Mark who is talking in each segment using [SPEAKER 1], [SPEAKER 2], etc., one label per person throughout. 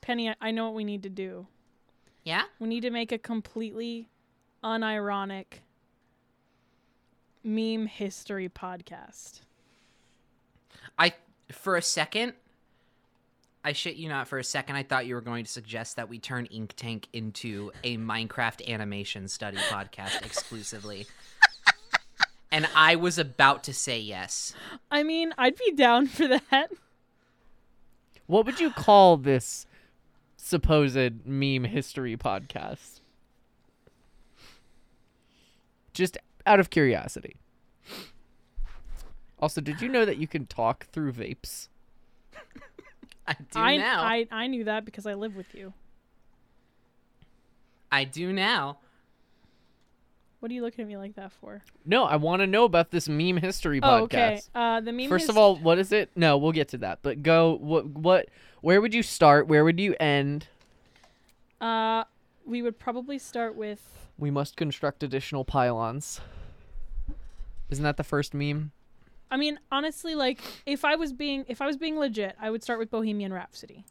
[SPEAKER 1] Penny, I- I know what we need to do.
[SPEAKER 2] Yeah?
[SPEAKER 1] We need to make a completely unironic meme history podcast.
[SPEAKER 2] I for a second I shit you not for a second I thought you were going to suggest that we turn Ink Tank into a Minecraft animation study podcast exclusively. and I was about to say yes.
[SPEAKER 1] I mean, I'd be down for that.
[SPEAKER 3] What would you call this supposed meme history podcast? Just out of curiosity. Also, did you know that you can talk through vapes?
[SPEAKER 2] I do
[SPEAKER 1] I,
[SPEAKER 2] now. I,
[SPEAKER 1] I I knew that because I live with you.
[SPEAKER 2] do now.
[SPEAKER 1] What are you looking at me like that for?
[SPEAKER 3] No, I want to know about this meme history podcast.
[SPEAKER 1] Oh, okay. Uh, the meme.
[SPEAKER 3] First of
[SPEAKER 1] hist-
[SPEAKER 3] all, what is it? No, we'll get to that. But go what what where would you start? Where would you end?
[SPEAKER 1] uh, we would probably start with.
[SPEAKER 3] We must construct additional pylons. Isn't that the first meme?
[SPEAKER 1] I mean, honestly, like if I was being if I was being legit, I would start with Bohemian Rhapsody,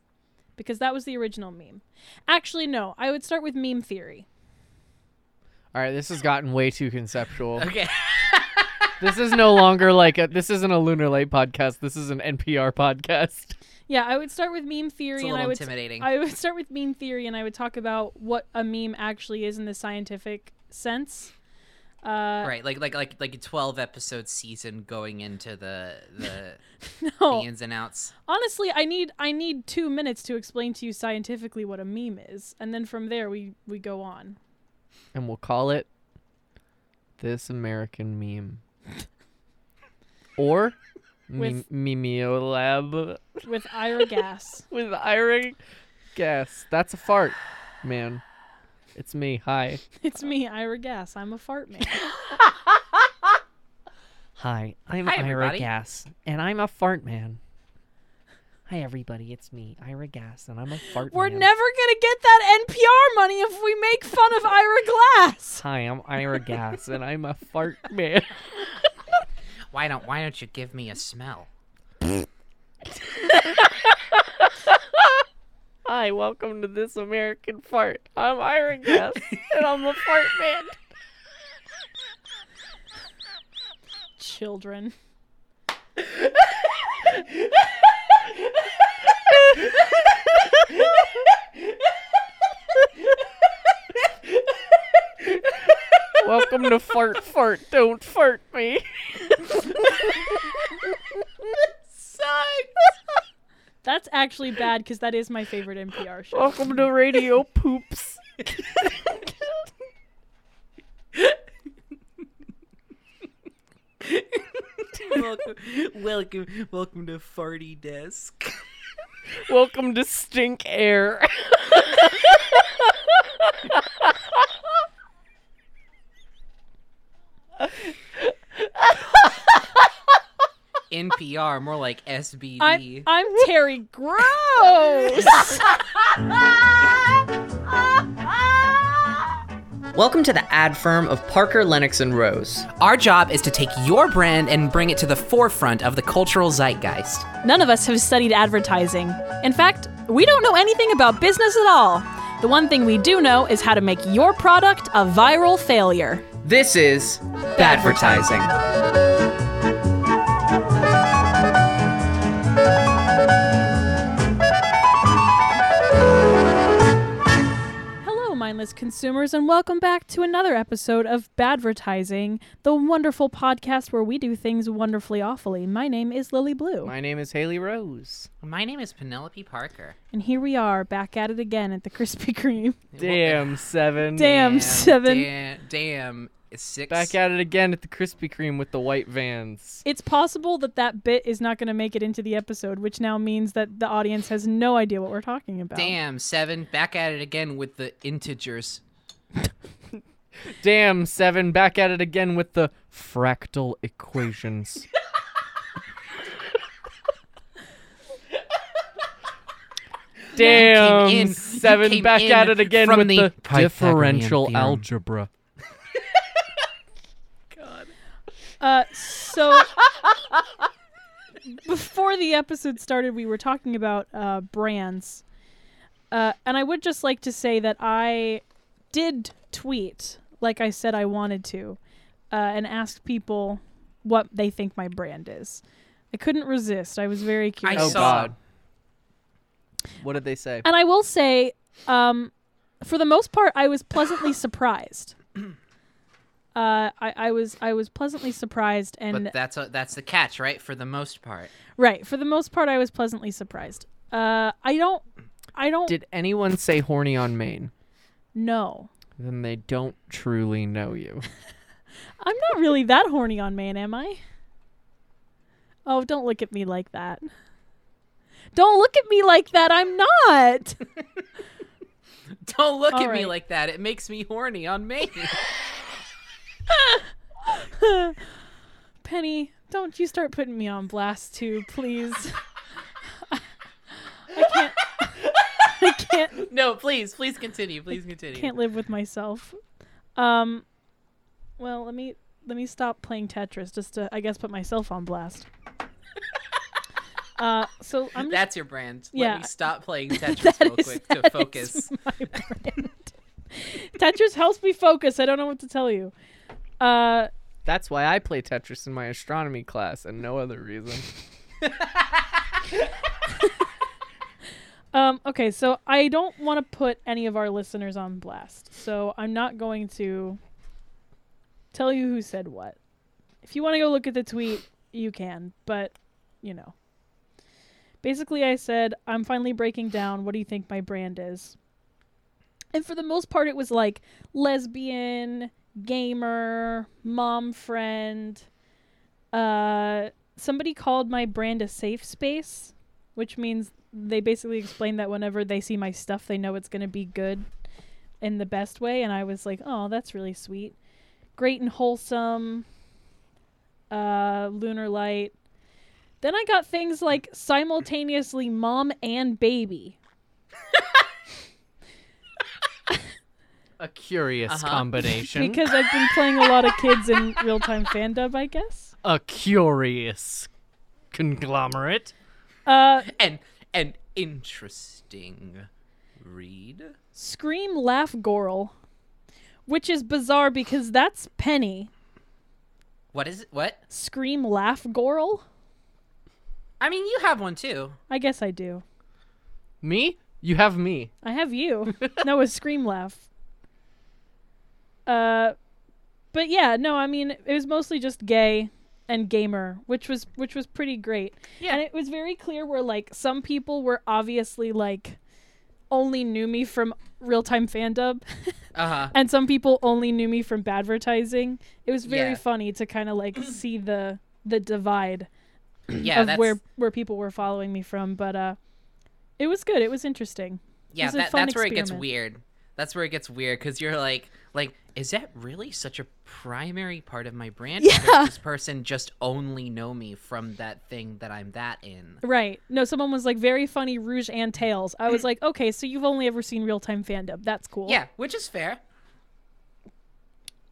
[SPEAKER 1] because that was the original meme. Actually, no, I would start with meme theory.
[SPEAKER 3] All right, this has gotten way too conceptual.
[SPEAKER 2] Okay.
[SPEAKER 3] this is no longer like a this isn't a Lunar Light podcast. This is an NPR podcast.
[SPEAKER 1] Yeah, I would start with meme theory,
[SPEAKER 2] It's a
[SPEAKER 1] and I
[SPEAKER 2] little
[SPEAKER 1] would
[SPEAKER 2] intimidating.
[SPEAKER 1] I would start with meme theory, and I would talk about what a meme actually is in the scientific sense. Uh,
[SPEAKER 2] right, like like like like a twelve episode season going into the the,
[SPEAKER 1] No,
[SPEAKER 2] the ins and outs.
[SPEAKER 1] honestly i need i need two minutes to explain to you scientifically what a meme is and then from there we we go on
[SPEAKER 3] And we'll call it This American Meme. Or Meme
[SPEAKER 1] With-
[SPEAKER 3] Memeolab
[SPEAKER 1] with ira gas
[SPEAKER 3] with Ira Guess. That's a fart, man. It's me. Hi.
[SPEAKER 1] it's me ira gas i'm a fart man
[SPEAKER 3] Hi, I'm
[SPEAKER 2] Hi,
[SPEAKER 3] Ira
[SPEAKER 2] everybody.
[SPEAKER 3] Gas, and I'm a fart man. Hi, everybody, it's me, Ira Gas, and I'm a fart
[SPEAKER 1] we're
[SPEAKER 3] man.
[SPEAKER 1] never gonna get that npr money if we make fun of ira glass
[SPEAKER 3] Hi, I'm Ira Gas, and I'm a fart man.
[SPEAKER 2] Why don't why don't you give me a smell?
[SPEAKER 3] Hi, welcome to This American Fart. I'm Ira Gas, and I'm a fart man.
[SPEAKER 1] children
[SPEAKER 3] Welcome to Fart Fart, Don't Fart Me.
[SPEAKER 1] that's actually bad because that is my favorite npr show
[SPEAKER 3] Welcome to Radio Poops.
[SPEAKER 2] welcome, welcome, welcome to Farty Desk.
[SPEAKER 3] Welcome to Stink Air.
[SPEAKER 2] NPR, more like SBD.
[SPEAKER 1] I'm, I'm terry gross
[SPEAKER 3] Welcome to the ad firm of Parker Lennox and Rose.
[SPEAKER 2] Our job is to take your brand and bring it to the forefront of the cultural zeitgeist.
[SPEAKER 1] None of us have studied advertising. In fact, we don't know anything about business at all. The one thing we do know is how to make your product a viral failure.
[SPEAKER 3] This is advertising.
[SPEAKER 1] Hello, mindless consumers, and welcome back to another episode of Badvertising, the wonderful podcast where we do things wonderfully awfully. My name is Lily Blue,
[SPEAKER 3] My name is Haley Rose.
[SPEAKER 2] My name is Penelope Parker.
[SPEAKER 1] and here we are back at it again at the Krispy Kreme.
[SPEAKER 3] Damn, seven.
[SPEAKER 1] Damn, seven.
[SPEAKER 2] Damn, damn six.
[SPEAKER 3] Back at it again at the Krispy Kreme with the white vans.
[SPEAKER 1] It's possible that that bit is not going to make it into the episode, which now means that the audience has no idea what we're talking about.
[SPEAKER 2] Damn, seven. Back at it again with the integers.
[SPEAKER 3] Damn, seven. Back at it again with the fractal equations. Damn,
[SPEAKER 2] You came in- you
[SPEAKER 3] seven.
[SPEAKER 2] came
[SPEAKER 3] Back
[SPEAKER 2] in
[SPEAKER 3] at it again
[SPEAKER 2] from
[SPEAKER 3] with
[SPEAKER 2] the
[SPEAKER 3] the
[SPEAKER 2] Pythagorean
[SPEAKER 3] differential
[SPEAKER 2] theorem.
[SPEAKER 3] algebra.
[SPEAKER 1] Uh, so before the episode started, we were talking about uh, brands, Uh, and I would just like to say that I did tweet, like I said I wanted to, uh, and asked people what they think my brand is. I couldn't resist. I was very curious.
[SPEAKER 2] I
[SPEAKER 3] oh
[SPEAKER 2] saw-
[SPEAKER 3] God. What did they say?
[SPEAKER 1] And I will say, um, for the most part, I was pleasantly surprised. Uh, I, I was I was pleasantly surprised, and
[SPEAKER 2] But that's a, that's the catch, right? For the most part.
[SPEAKER 1] right for the most part, I was pleasantly surprised. Uh, I don't, I don't
[SPEAKER 3] Did anyone say horny on Maine?
[SPEAKER 1] know.
[SPEAKER 3] Then they don't truly know you.
[SPEAKER 1] I'm not really that horny on man, am I? Oh, don't look at me like that. Don't look at me like that. I'm not.
[SPEAKER 2] Don't Oh, look
[SPEAKER 1] All
[SPEAKER 2] at me
[SPEAKER 1] right.
[SPEAKER 2] like that. It makes me horny on Maine.
[SPEAKER 1] Penny, don't you start putting me on blast too, please. I can't. I can't.
[SPEAKER 2] no, please, please continue. Please continue.
[SPEAKER 1] Can't live with myself. Um. Well, let me let me stop playing Tetris just to, I guess, put myself on blast. Uh. So I'm just
[SPEAKER 2] That's your brand.
[SPEAKER 1] Yeah.
[SPEAKER 2] Let me stop playing Tetris
[SPEAKER 1] That
[SPEAKER 2] real
[SPEAKER 1] is-
[SPEAKER 2] quick
[SPEAKER 1] that
[SPEAKER 2] to
[SPEAKER 1] is
[SPEAKER 2] focus.
[SPEAKER 1] my brand. Tetris helps me focus. I don't know what to tell you. Uh,
[SPEAKER 3] That's why I play Tetris in my astronomy class and no other reason.
[SPEAKER 1] um, okay, so I don't want to put any of our listeners on blast, so I'm not going to tell you who said what. If you want to go look at the tweet, you can, but you know. Basically, I said, I'm finally breaking down. What do you think my brand is? And for the most part, it was like lesbian, gamer, mom friend. Uh, somebody called my brand a safe space, which means they basically explained that whenever they see my stuff, they know it's going to be good in the best way. And I was like, oh, that's really sweet. Great and wholesome. Uh, lunar light. Then I got things like simultaneously mom and baby.
[SPEAKER 3] A curious
[SPEAKER 2] Uh-huh.
[SPEAKER 3] combination.
[SPEAKER 1] because I've been playing a lot of kids in real time fandub, I guess.
[SPEAKER 3] a curious conglomerate.
[SPEAKER 1] Uh,
[SPEAKER 2] and an interesting read.
[SPEAKER 1] scream, laugh, gorl, which is bizarre because that's Penny.
[SPEAKER 2] What is it? What?
[SPEAKER 1] Scream, laugh, gorl.
[SPEAKER 2] I mean, you have one too.
[SPEAKER 1] I guess I do.
[SPEAKER 3] Me? You have me.
[SPEAKER 1] I have you. no, it's scream, laugh. Uh, but yeah, no, I mean it was mostly just gay and gamer, which was which was pretty great.
[SPEAKER 2] Yeah.
[SPEAKER 1] And it was very clear where like some people were obviously like only knew me from real time fandub.
[SPEAKER 2] Uh huh.
[SPEAKER 1] and some people only knew me from advertising. It was very
[SPEAKER 2] Yeah.
[SPEAKER 1] funny to kind of like see the the divide
[SPEAKER 2] Yeah,
[SPEAKER 1] of
[SPEAKER 2] that's
[SPEAKER 1] where where people were following me from, but uh it was good. It was interesting.
[SPEAKER 2] yeah.
[SPEAKER 1] was a
[SPEAKER 2] That,
[SPEAKER 1] fun
[SPEAKER 2] that's where it gets
[SPEAKER 1] experiment.
[SPEAKER 2] weird. That's where it gets weird because you're like, like, is that really such a primary part of my brand? Or does
[SPEAKER 1] Yeah.
[SPEAKER 2] this person just only know me from that thing that I'm that in.
[SPEAKER 1] Right. No, someone was like very funny Rouge and Tails. I was like, "Okay, so you've only ever seen real-time fandom. That's cool."
[SPEAKER 2] Mm. Yeah, which is fair.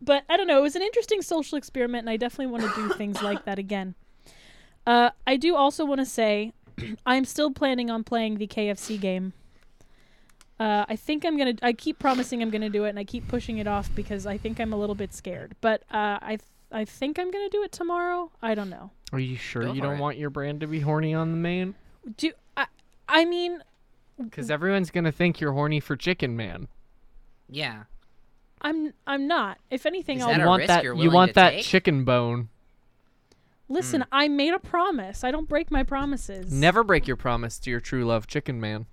[SPEAKER 1] But I don't know, it was an interesting social experiment and I definitely want to do things like that again. Uh, I do also want to say I'm still planning on playing the KFC game. Uh, I think I'm gonna. I keep promising I'm gonna do it, and I keep pushing it off because I think I'm a little bit scared. But uh, I, th- I think I'm gonna do it tomorrow. I don't know.
[SPEAKER 3] Are you sure
[SPEAKER 2] Go
[SPEAKER 3] you
[SPEAKER 2] for
[SPEAKER 3] don't
[SPEAKER 2] it.
[SPEAKER 3] want your brand to be horny on the main?
[SPEAKER 1] Do I? I mean,
[SPEAKER 3] Because everyone's gonna think you're horny for Chicken Man.
[SPEAKER 2] Yeah.
[SPEAKER 1] I'm. I'm not. If anything,
[SPEAKER 2] Is
[SPEAKER 1] I'll
[SPEAKER 2] that
[SPEAKER 3] You
[SPEAKER 2] a
[SPEAKER 3] want
[SPEAKER 2] risk
[SPEAKER 3] that?
[SPEAKER 2] you're
[SPEAKER 3] You
[SPEAKER 2] willing
[SPEAKER 3] want
[SPEAKER 2] to
[SPEAKER 3] that
[SPEAKER 2] take?
[SPEAKER 3] chicken bone?
[SPEAKER 1] listen. I made a promise. I don't break my promises.
[SPEAKER 3] Mm. Never break your promise to your true love, Chicken Man.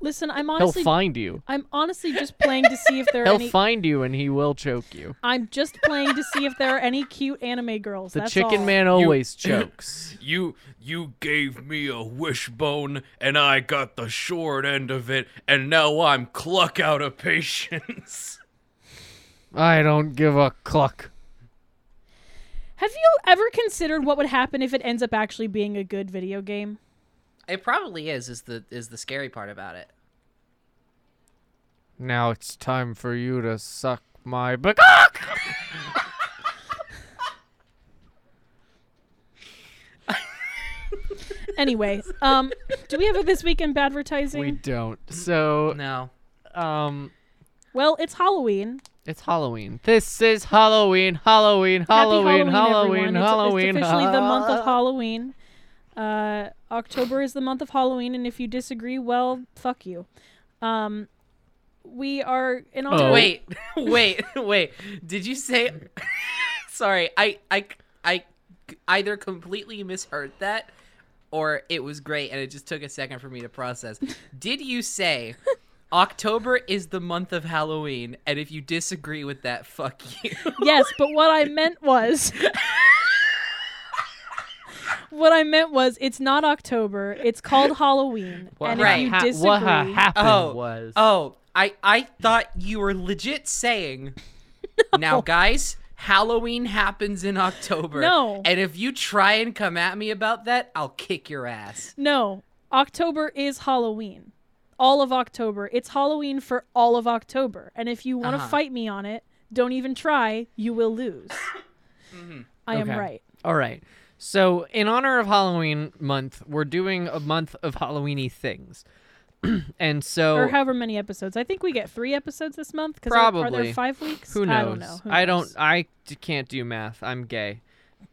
[SPEAKER 1] Listen, I'm
[SPEAKER 3] He'll
[SPEAKER 1] honestly.
[SPEAKER 3] find you.
[SPEAKER 1] I'm honestly just playing to see if there are
[SPEAKER 3] He'll
[SPEAKER 1] any.
[SPEAKER 3] find you, and he will choke you.
[SPEAKER 1] I'm just playing to see if there are any cute anime girls.
[SPEAKER 3] The
[SPEAKER 1] That's
[SPEAKER 3] Chicken
[SPEAKER 1] all.
[SPEAKER 3] Man always chokes.
[SPEAKER 4] You you gave me a wishbone and I got the short end of it and now I'm cluck out of patience.
[SPEAKER 3] I don't give a cluck.
[SPEAKER 1] Have you ever considered what would happen if it ends up actually being a good video game?
[SPEAKER 2] It probably is is the is the scary part about it.
[SPEAKER 3] Now it's time for you to suck my back.
[SPEAKER 1] Anyway, um, do we have a this week in badvertising?
[SPEAKER 3] We don't. So,
[SPEAKER 2] No.
[SPEAKER 3] um,
[SPEAKER 1] well, it's Halloween.
[SPEAKER 3] it's Halloween. This is Halloween, Halloween, Halloween,
[SPEAKER 1] Happy Halloween,
[SPEAKER 3] Halloween,
[SPEAKER 1] everyone. It's-
[SPEAKER 3] Halloween.
[SPEAKER 1] It's, officially the month
[SPEAKER 3] ha-
[SPEAKER 1] of Halloween. Uh, October is the month of Halloween, and if you disagree, well, fuck you. Um, we are in honor.
[SPEAKER 3] Oh.
[SPEAKER 2] Wait, wait, wait. Did you say? Sorry, I, I, I either completely misheard that, or it was great, and it just took a second for me to process. Did you say? October is the month of Halloween, and if you disagree with that, fuck you.
[SPEAKER 1] Yes, but what I meant was. What I meant was, it's not October. It's called Halloween, and
[SPEAKER 2] Right.
[SPEAKER 1] if you
[SPEAKER 3] ha-
[SPEAKER 1] disagree,
[SPEAKER 3] what ha- happened
[SPEAKER 2] Oh,
[SPEAKER 3] was.
[SPEAKER 2] Oh, I I thought you were legit saying. Now, guys, Halloween happens in October.
[SPEAKER 1] No.
[SPEAKER 2] and if you try and come at me about that, I'll kick your ass.
[SPEAKER 1] No, October is Halloween. All of October. It's Halloween for all of October. And if you want to
[SPEAKER 2] Uh-huh.
[SPEAKER 1] fight me on it, don't even try. You will lose. I am
[SPEAKER 3] Okay.
[SPEAKER 1] right.
[SPEAKER 3] All right. So, in honor of Halloween month, we're doing a month of Halloweeny things. and so
[SPEAKER 1] Or however many episodes. I think we get three episodes this month. 'cause are- Are,
[SPEAKER 3] Probably.
[SPEAKER 1] there five weeks?
[SPEAKER 3] who knows?
[SPEAKER 1] I don't know. Who
[SPEAKER 3] I
[SPEAKER 1] knows?
[SPEAKER 3] don't I d- can't do math. I'm gay.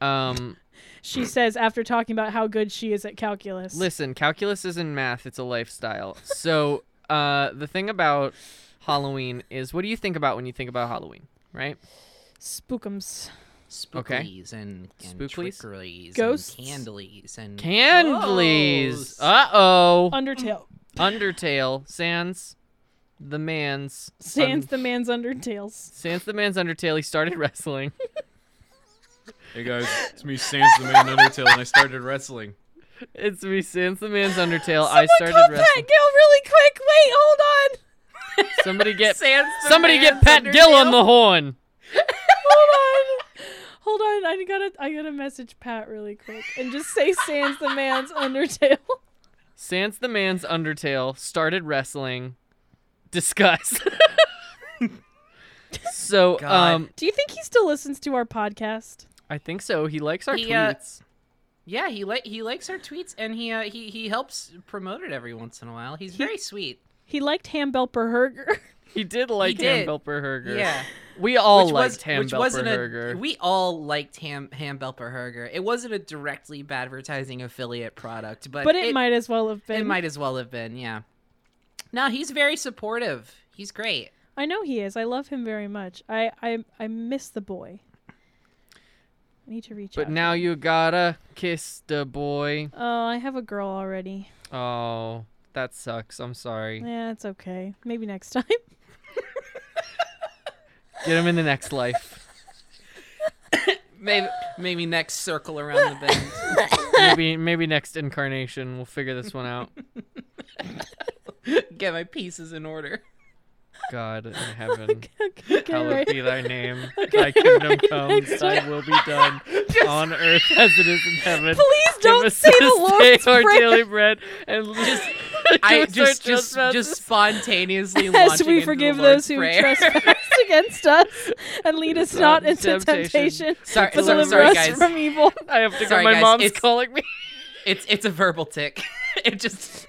[SPEAKER 3] Um
[SPEAKER 1] She says after talking about how good she is at calculus.
[SPEAKER 3] Listen, calculus isn't math, it's a lifestyle. So, uh, the thing about Halloween is what do you think about when you think about Halloween, right?
[SPEAKER 1] Spookums.
[SPEAKER 2] Spooklies and, and
[SPEAKER 3] Spooklies?
[SPEAKER 2] trickeries
[SPEAKER 1] Ghosts?
[SPEAKER 2] and candlies and
[SPEAKER 3] Candlies.
[SPEAKER 2] Gross.
[SPEAKER 3] Uh oh.
[SPEAKER 1] Undertale.
[SPEAKER 3] Undertale. Sans the man's.
[SPEAKER 1] Sans
[SPEAKER 3] un-
[SPEAKER 1] the man's undertales.
[SPEAKER 3] Sans the man's Undertale. He started wrestling.
[SPEAKER 4] Hey guys, it's me, Sans the Man Undertale, and I started wrestling.
[SPEAKER 3] it's me, Sans the man's Undertale. I started
[SPEAKER 1] call Pat
[SPEAKER 3] wrestling.
[SPEAKER 1] Gill really quick. Wait, hold on.
[SPEAKER 3] Somebody get.
[SPEAKER 2] Sans the
[SPEAKER 3] somebody get
[SPEAKER 2] man's
[SPEAKER 3] Pat Gill on
[SPEAKER 2] Undertale.
[SPEAKER 3] the horn.
[SPEAKER 1] Hold on. Hold on. I gotta I gotta message Pat really quick and just say Sans the man's undertale.
[SPEAKER 3] Sans the man's Undertale started wrestling. Discuss. so,
[SPEAKER 2] God.
[SPEAKER 3] um,
[SPEAKER 1] Do you think he still listens to our podcast?
[SPEAKER 3] I think so. He likes our
[SPEAKER 2] He, uh,
[SPEAKER 3] tweets.
[SPEAKER 2] Yeah, he like he likes our tweets and he uh, he he helps promote it every once in a while. He's very sweet.
[SPEAKER 1] He liked Ham Belper Herger.
[SPEAKER 3] He did like
[SPEAKER 2] did.
[SPEAKER 3] Ham Belperherger.
[SPEAKER 2] Yeah,
[SPEAKER 3] We all
[SPEAKER 2] which
[SPEAKER 3] liked
[SPEAKER 2] was
[SPEAKER 3] Ham
[SPEAKER 2] which wasn't
[SPEAKER 3] Belperherger.
[SPEAKER 2] a we all liked Ham Ham Belperherger. It wasn't a directly advertising affiliate product, but
[SPEAKER 1] But it, might as well have been.
[SPEAKER 2] it might as well have been. Yeah. No, he's very supportive. He's great.
[SPEAKER 1] I know he is. I love him very much. I I, I miss the boy. I need to reach
[SPEAKER 3] But
[SPEAKER 1] out.
[SPEAKER 3] now you gotta kiss the boy.
[SPEAKER 1] Oh, I have a girl already.
[SPEAKER 3] Oh, that sucks. I'm sorry.
[SPEAKER 1] Yeah, it's okay. Maybe next time.
[SPEAKER 3] Get him in the next life.
[SPEAKER 2] Maybe maybe next circle around the bend.
[SPEAKER 3] maybe maybe next incarnation we'll figure this one out.
[SPEAKER 2] Get my pieces in order.
[SPEAKER 3] God in heaven,
[SPEAKER 1] okay, okay,
[SPEAKER 3] hallowed
[SPEAKER 1] right.
[SPEAKER 3] be thy name. thy kingdom come.
[SPEAKER 1] next
[SPEAKER 3] thy will be done on earth as it is in heaven.
[SPEAKER 1] Please
[SPEAKER 3] Give
[SPEAKER 1] don't
[SPEAKER 3] us
[SPEAKER 1] say
[SPEAKER 3] this
[SPEAKER 1] the Lord's
[SPEAKER 3] day our
[SPEAKER 1] Prayer.
[SPEAKER 3] daily bread and just,
[SPEAKER 2] I
[SPEAKER 3] forgive
[SPEAKER 2] just
[SPEAKER 3] us
[SPEAKER 2] just
[SPEAKER 3] our
[SPEAKER 2] just
[SPEAKER 3] trespasses.
[SPEAKER 2] spontaneously
[SPEAKER 1] As
[SPEAKER 2] launching
[SPEAKER 1] we
[SPEAKER 2] into the
[SPEAKER 1] forgive those
[SPEAKER 2] Lord's
[SPEAKER 1] who
[SPEAKER 2] Prayer.
[SPEAKER 1] trespass against us and lead us not
[SPEAKER 3] Not
[SPEAKER 1] into
[SPEAKER 3] temptation.
[SPEAKER 1] temptation,
[SPEAKER 2] Sorry-
[SPEAKER 1] but
[SPEAKER 2] sorry-
[SPEAKER 1] deliver
[SPEAKER 2] sorry,
[SPEAKER 1] us
[SPEAKER 2] guys.
[SPEAKER 1] from evil.
[SPEAKER 3] I have to go.
[SPEAKER 2] Sorry,
[SPEAKER 3] My
[SPEAKER 2] guys,
[SPEAKER 3] mom's
[SPEAKER 2] it's-
[SPEAKER 3] calling me.
[SPEAKER 2] It's it's a verbal tick. it just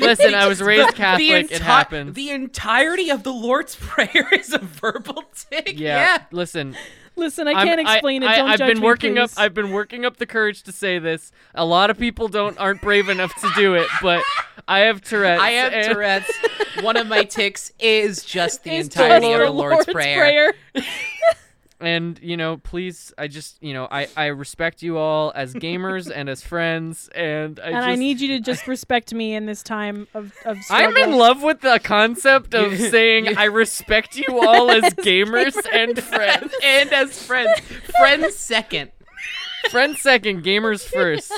[SPEAKER 3] Listen, I was raised Catholic.
[SPEAKER 2] the,
[SPEAKER 3] it
[SPEAKER 2] enti-
[SPEAKER 3] happens.
[SPEAKER 2] the entirety of the Lord's prayer is a verbal tick.
[SPEAKER 3] yeah. Listen,
[SPEAKER 1] Listen, I
[SPEAKER 3] I'm-
[SPEAKER 1] can't explain
[SPEAKER 3] I,
[SPEAKER 1] it. Don't
[SPEAKER 3] have
[SPEAKER 1] judge
[SPEAKER 3] been
[SPEAKER 1] me,
[SPEAKER 3] working up.
[SPEAKER 1] please.
[SPEAKER 3] I've been working up the courage to say this. A lot of people don't aren't brave enough to do it, but I have Tourette's.
[SPEAKER 2] I have
[SPEAKER 3] and-
[SPEAKER 2] Tourette's. One of my ticks is just the
[SPEAKER 1] It's
[SPEAKER 2] entirety
[SPEAKER 1] just
[SPEAKER 2] of the Lord's, prayer.
[SPEAKER 3] and you know please i just you know i i respect you all as gamers and as friends and i
[SPEAKER 1] and
[SPEAKER 3] just
[SPEAKER 1] I need you to just respect me in this time of of
[SPEAKER 3] I'm in
[SPEAKER 1] struggle.
[SPEAKER 3] love with the concept of
[SPEAKER 2] You-
[SPEAKER 3] saying
[SPEAKER 2] you-
[SPEAKER 3] I respect you all as gamers and friends.
[SPEAKER 2] and as friends, friends second.
[SPEAKER 3] Friends second, gamers first.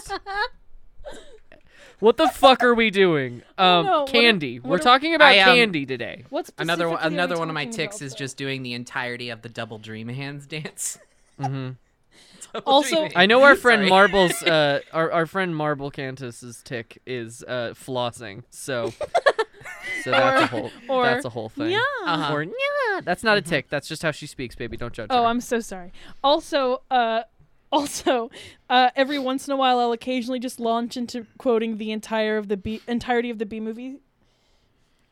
[SPEAKER 3] What the fuck are we doing? Um
[SPEAKER 1] know, what a-
[SPEAKER 3] candy.
[SPEAKER 1] what
[SPEAKER 3] We're
[SPEAKER 1] a-
[SPEAKER 3] talking about
[SPEAKER 2] I, um,
[SPEAKER 3] candy today.
[SPEAKER 1] What
[SPEAKER 2] Another one,
[SPEAKER 1] specifically are
[SPEAKER 2] another
[SPEAKER 1] we
[SPEAKER 2] one of my
[SPEAKER 1] talking
[SPEAKER 2] ticks
[SPEAKER 1] about,
[SPEAKER 2] is
[SPEAKER 1] though?
[SPEAKER 2] just doing the entirety of the double dream hands dance.
[SPEAKER 3] Mhm.
[SPEAKER 2] Double
[SPEAKER 1] Also-
[SPEAKER 2] dream
[SPEAKER 3] I know our friend
[SPEAKER 2] Sorry.
[SPEAKER 3] Marble's uh our, our friend Marble Cantus's tick is uh flossing. So so that's a whole
[SPEAKER 1] Or-
[SPEAKER 3] that's a whole thing. Mm-hmm.
[SPEAKER 1] Yeah.
[SPEAKER 2] Uh-huh.
[SPEAKER 3] Or
[SPEAKER 2] Oh,
[SPEAKER 3] yeah. That's not a tick. That's just how she speaks, baby. Don't judge
[SPEAKER 1] Oh,
[SPEAKER 3] her.
[SPEAKER 1] I'm so sorry. Also, uh, Also, uh, every once in a while, I'll occasionally just launch into quoting the entire of the B- entirety of the B movie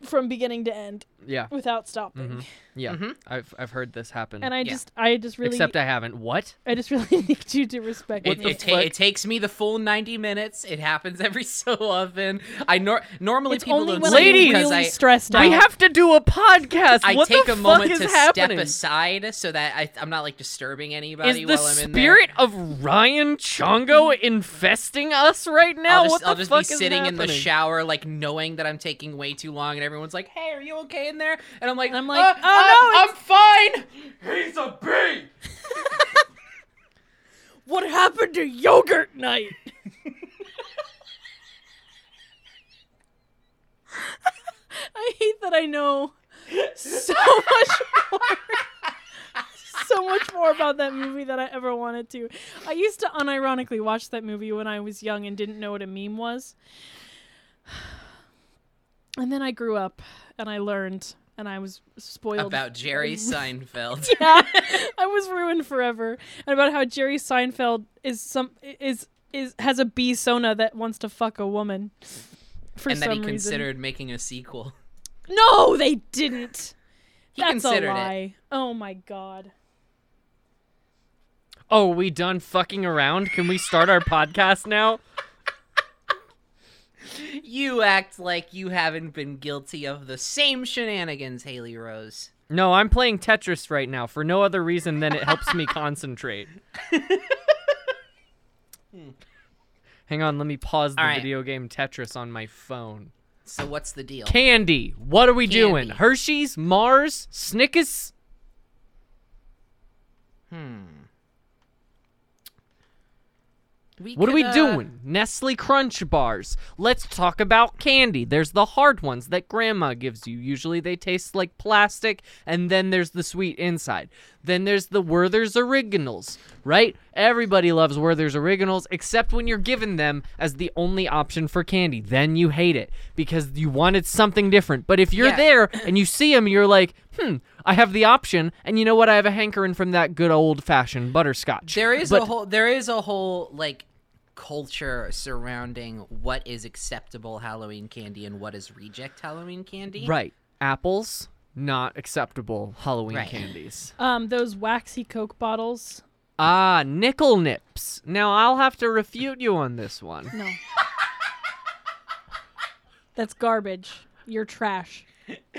[SPEAKER 1] from beginning to end
[SPEAKER 3] Yeah,
[SPEAKER 1] without stopping.
[SPEAKER 3] Mhm. yeah.
[SPEAKER 2] Mhm.
[SPEAKER 3] I've I've heard this happen.
[SPEAKER 1] And I
[SPEAKER 2] Yeah.
[SPEAKER 1] just, I just really,
[SPEAKER 3] Except I haven't. What?
[SPEAKER 1] I just really need you to respect
[SPEAKER 2] It,
[SPEAKER 1] me.
[SPEAKER 2] it, ta- it takes me the full 90 minutes. It happens every so often. I nor- normally
[SPEAKER 1] it's
[SPEAKER 2] people
[SPEAKER 1] only
[SPEAKER 2] don't
[SPEAKER 1] when
[SPEAKER 2] see it
[SPEAKER 1] I'm
[SPEAKER 3] Ladies!
[SPEAKER 2] because
[SPEAKER 1] really
[SPEAKER 2] I
[SPEAKER 1] stressed out.
[SPEAKER 3] I have to do a podcast.
[SPEAKER 2] I
[SPEAKER 3] what
[SPEAKER 2] take
[SPEAKER 3] the
[SPEAKER 2] a
[SPEAKER 3] fuck
[SPEAKER 2] moment
[SPEAKER 3] is
[SPEAKER 2] to
[SPEAKER 3] happening?
[SPEAKER 2] step aside so that I, I'm not like disturbing
[SPEAKER 3] Is
[SPEAKER 2] anybody
[SPEAKER 3] the
[SPEAKER 2] while I'm in there. Mm-hmm.
[SPEAKER 3] spirit of Ryan Chongo infesting us right now?
[SPEAKER 2] I'll just,
[SPEAKER 3] what the
[SPEAKER 2] I'll just
[SPEAKER 3] fuck
[SPEAKER 2] be
[SPEAKER 3] is
[SPEAKER 2] sitting in the
[SPEAKER 3] happening?
[SPEAKER 2] shower, like knowing that I'm taking way too long, and everyone's like, "Hey, are you okay in there?" And I'm like,
[SPEAKER 1] I'm like,
[SPEAKER 2] "Uh,
[SPEAKER 1] "Oh,
[SPEAKER 2] uh, I'm fine."
[SPEAKER 4] He's a bee!
[SPEAKER 1] What happened to yogurt night? I hate that I know so much more, so much more about that movie than I ever wanted to. I used to unironically watch that movie when I was young and didn't know what a meme was. And then I grew up and I learned and I was spoiled
[SPEAKER 2] About Jerry Seinfeld.
[SPEAKER 1] yeah, I was ruined forever. And about how Jerry Seinfeld is some is is has a bee Sona that wants to fuck a woman. For
[SPEAKER 2] and
[SPEAKER 1] some
[SPEAKER 2] that he
[SPEAKER 1] reason.
[SPEAKER 2] considered making a sequel.
[SPEAKER 1] No, they didn't.
[SPEAKER 2] He
[SPEAKER 1] That's
[SPEAKER 2] considered
[SPEAKER 1] a
[SPEAKER 2] it.
[SPEAKER 1] lie. Oh my god.
[SPEAKER 3] Oh, we done fucking around? Can we start our podcast now?
[SPEAKER 2] You act like you haven't been guilty of the same shenanigans, Haley Rose.
[SPEAKER 3] No, I'm playing Tetris right now for no other reason than it helps me concentrate. Hang on, let me pause the
[SPEAKER 2] All right.
[SPEAKER 3] video game Tetris on my phone.
[SPEAKER 2] So what's the deal?
[SPEAKER 3] Candy, what are we doing?
[SPEAKER 2] Candy.
[SPEAKER 3] Hershey's, Mars, Snickers?
[SPEAKER 2] We
[SPEAKER 3] What are we
[SPEAKER 2] could, uh,
[SPEAKER 3] doing? Nestle Crunch bars. Let's talk about candy. There's the hard ones that grandma gives you. Usually they taste like plastic, and then there's the sweet inside. Then there's the Werther's Originals, right? Everybody loves Werther's Originals, except when you're given them as the only option for candy. Then you hate it because you wanted something different. But if you're
[SPEAKER 2] Yeah.
[SPEAKER 3] there and you see them, you're like, hmm, I have the option, and you know what? I have a hankering from that good old fashioned butterscotch.
[SPEAKER 2] There is
[SPEAKER 3] But-
[SPEAKER 2] a whole there is a whole like culture surrounding what is acceptable Halloween candy and what is reject Halloween candy.
[SPEAKER 3] Right. Apples, not acceptable Halloween
[SPEAKER 2] Right.
[SPEAKER 3] candies.
[SPEAKER 1] Um those waxy Coke bottles.
[SPEAKER 3] Ah, nickel nips. Now I'll have to refute you on this one.
[SPEAKER 1] No. That's garbage. You're trash.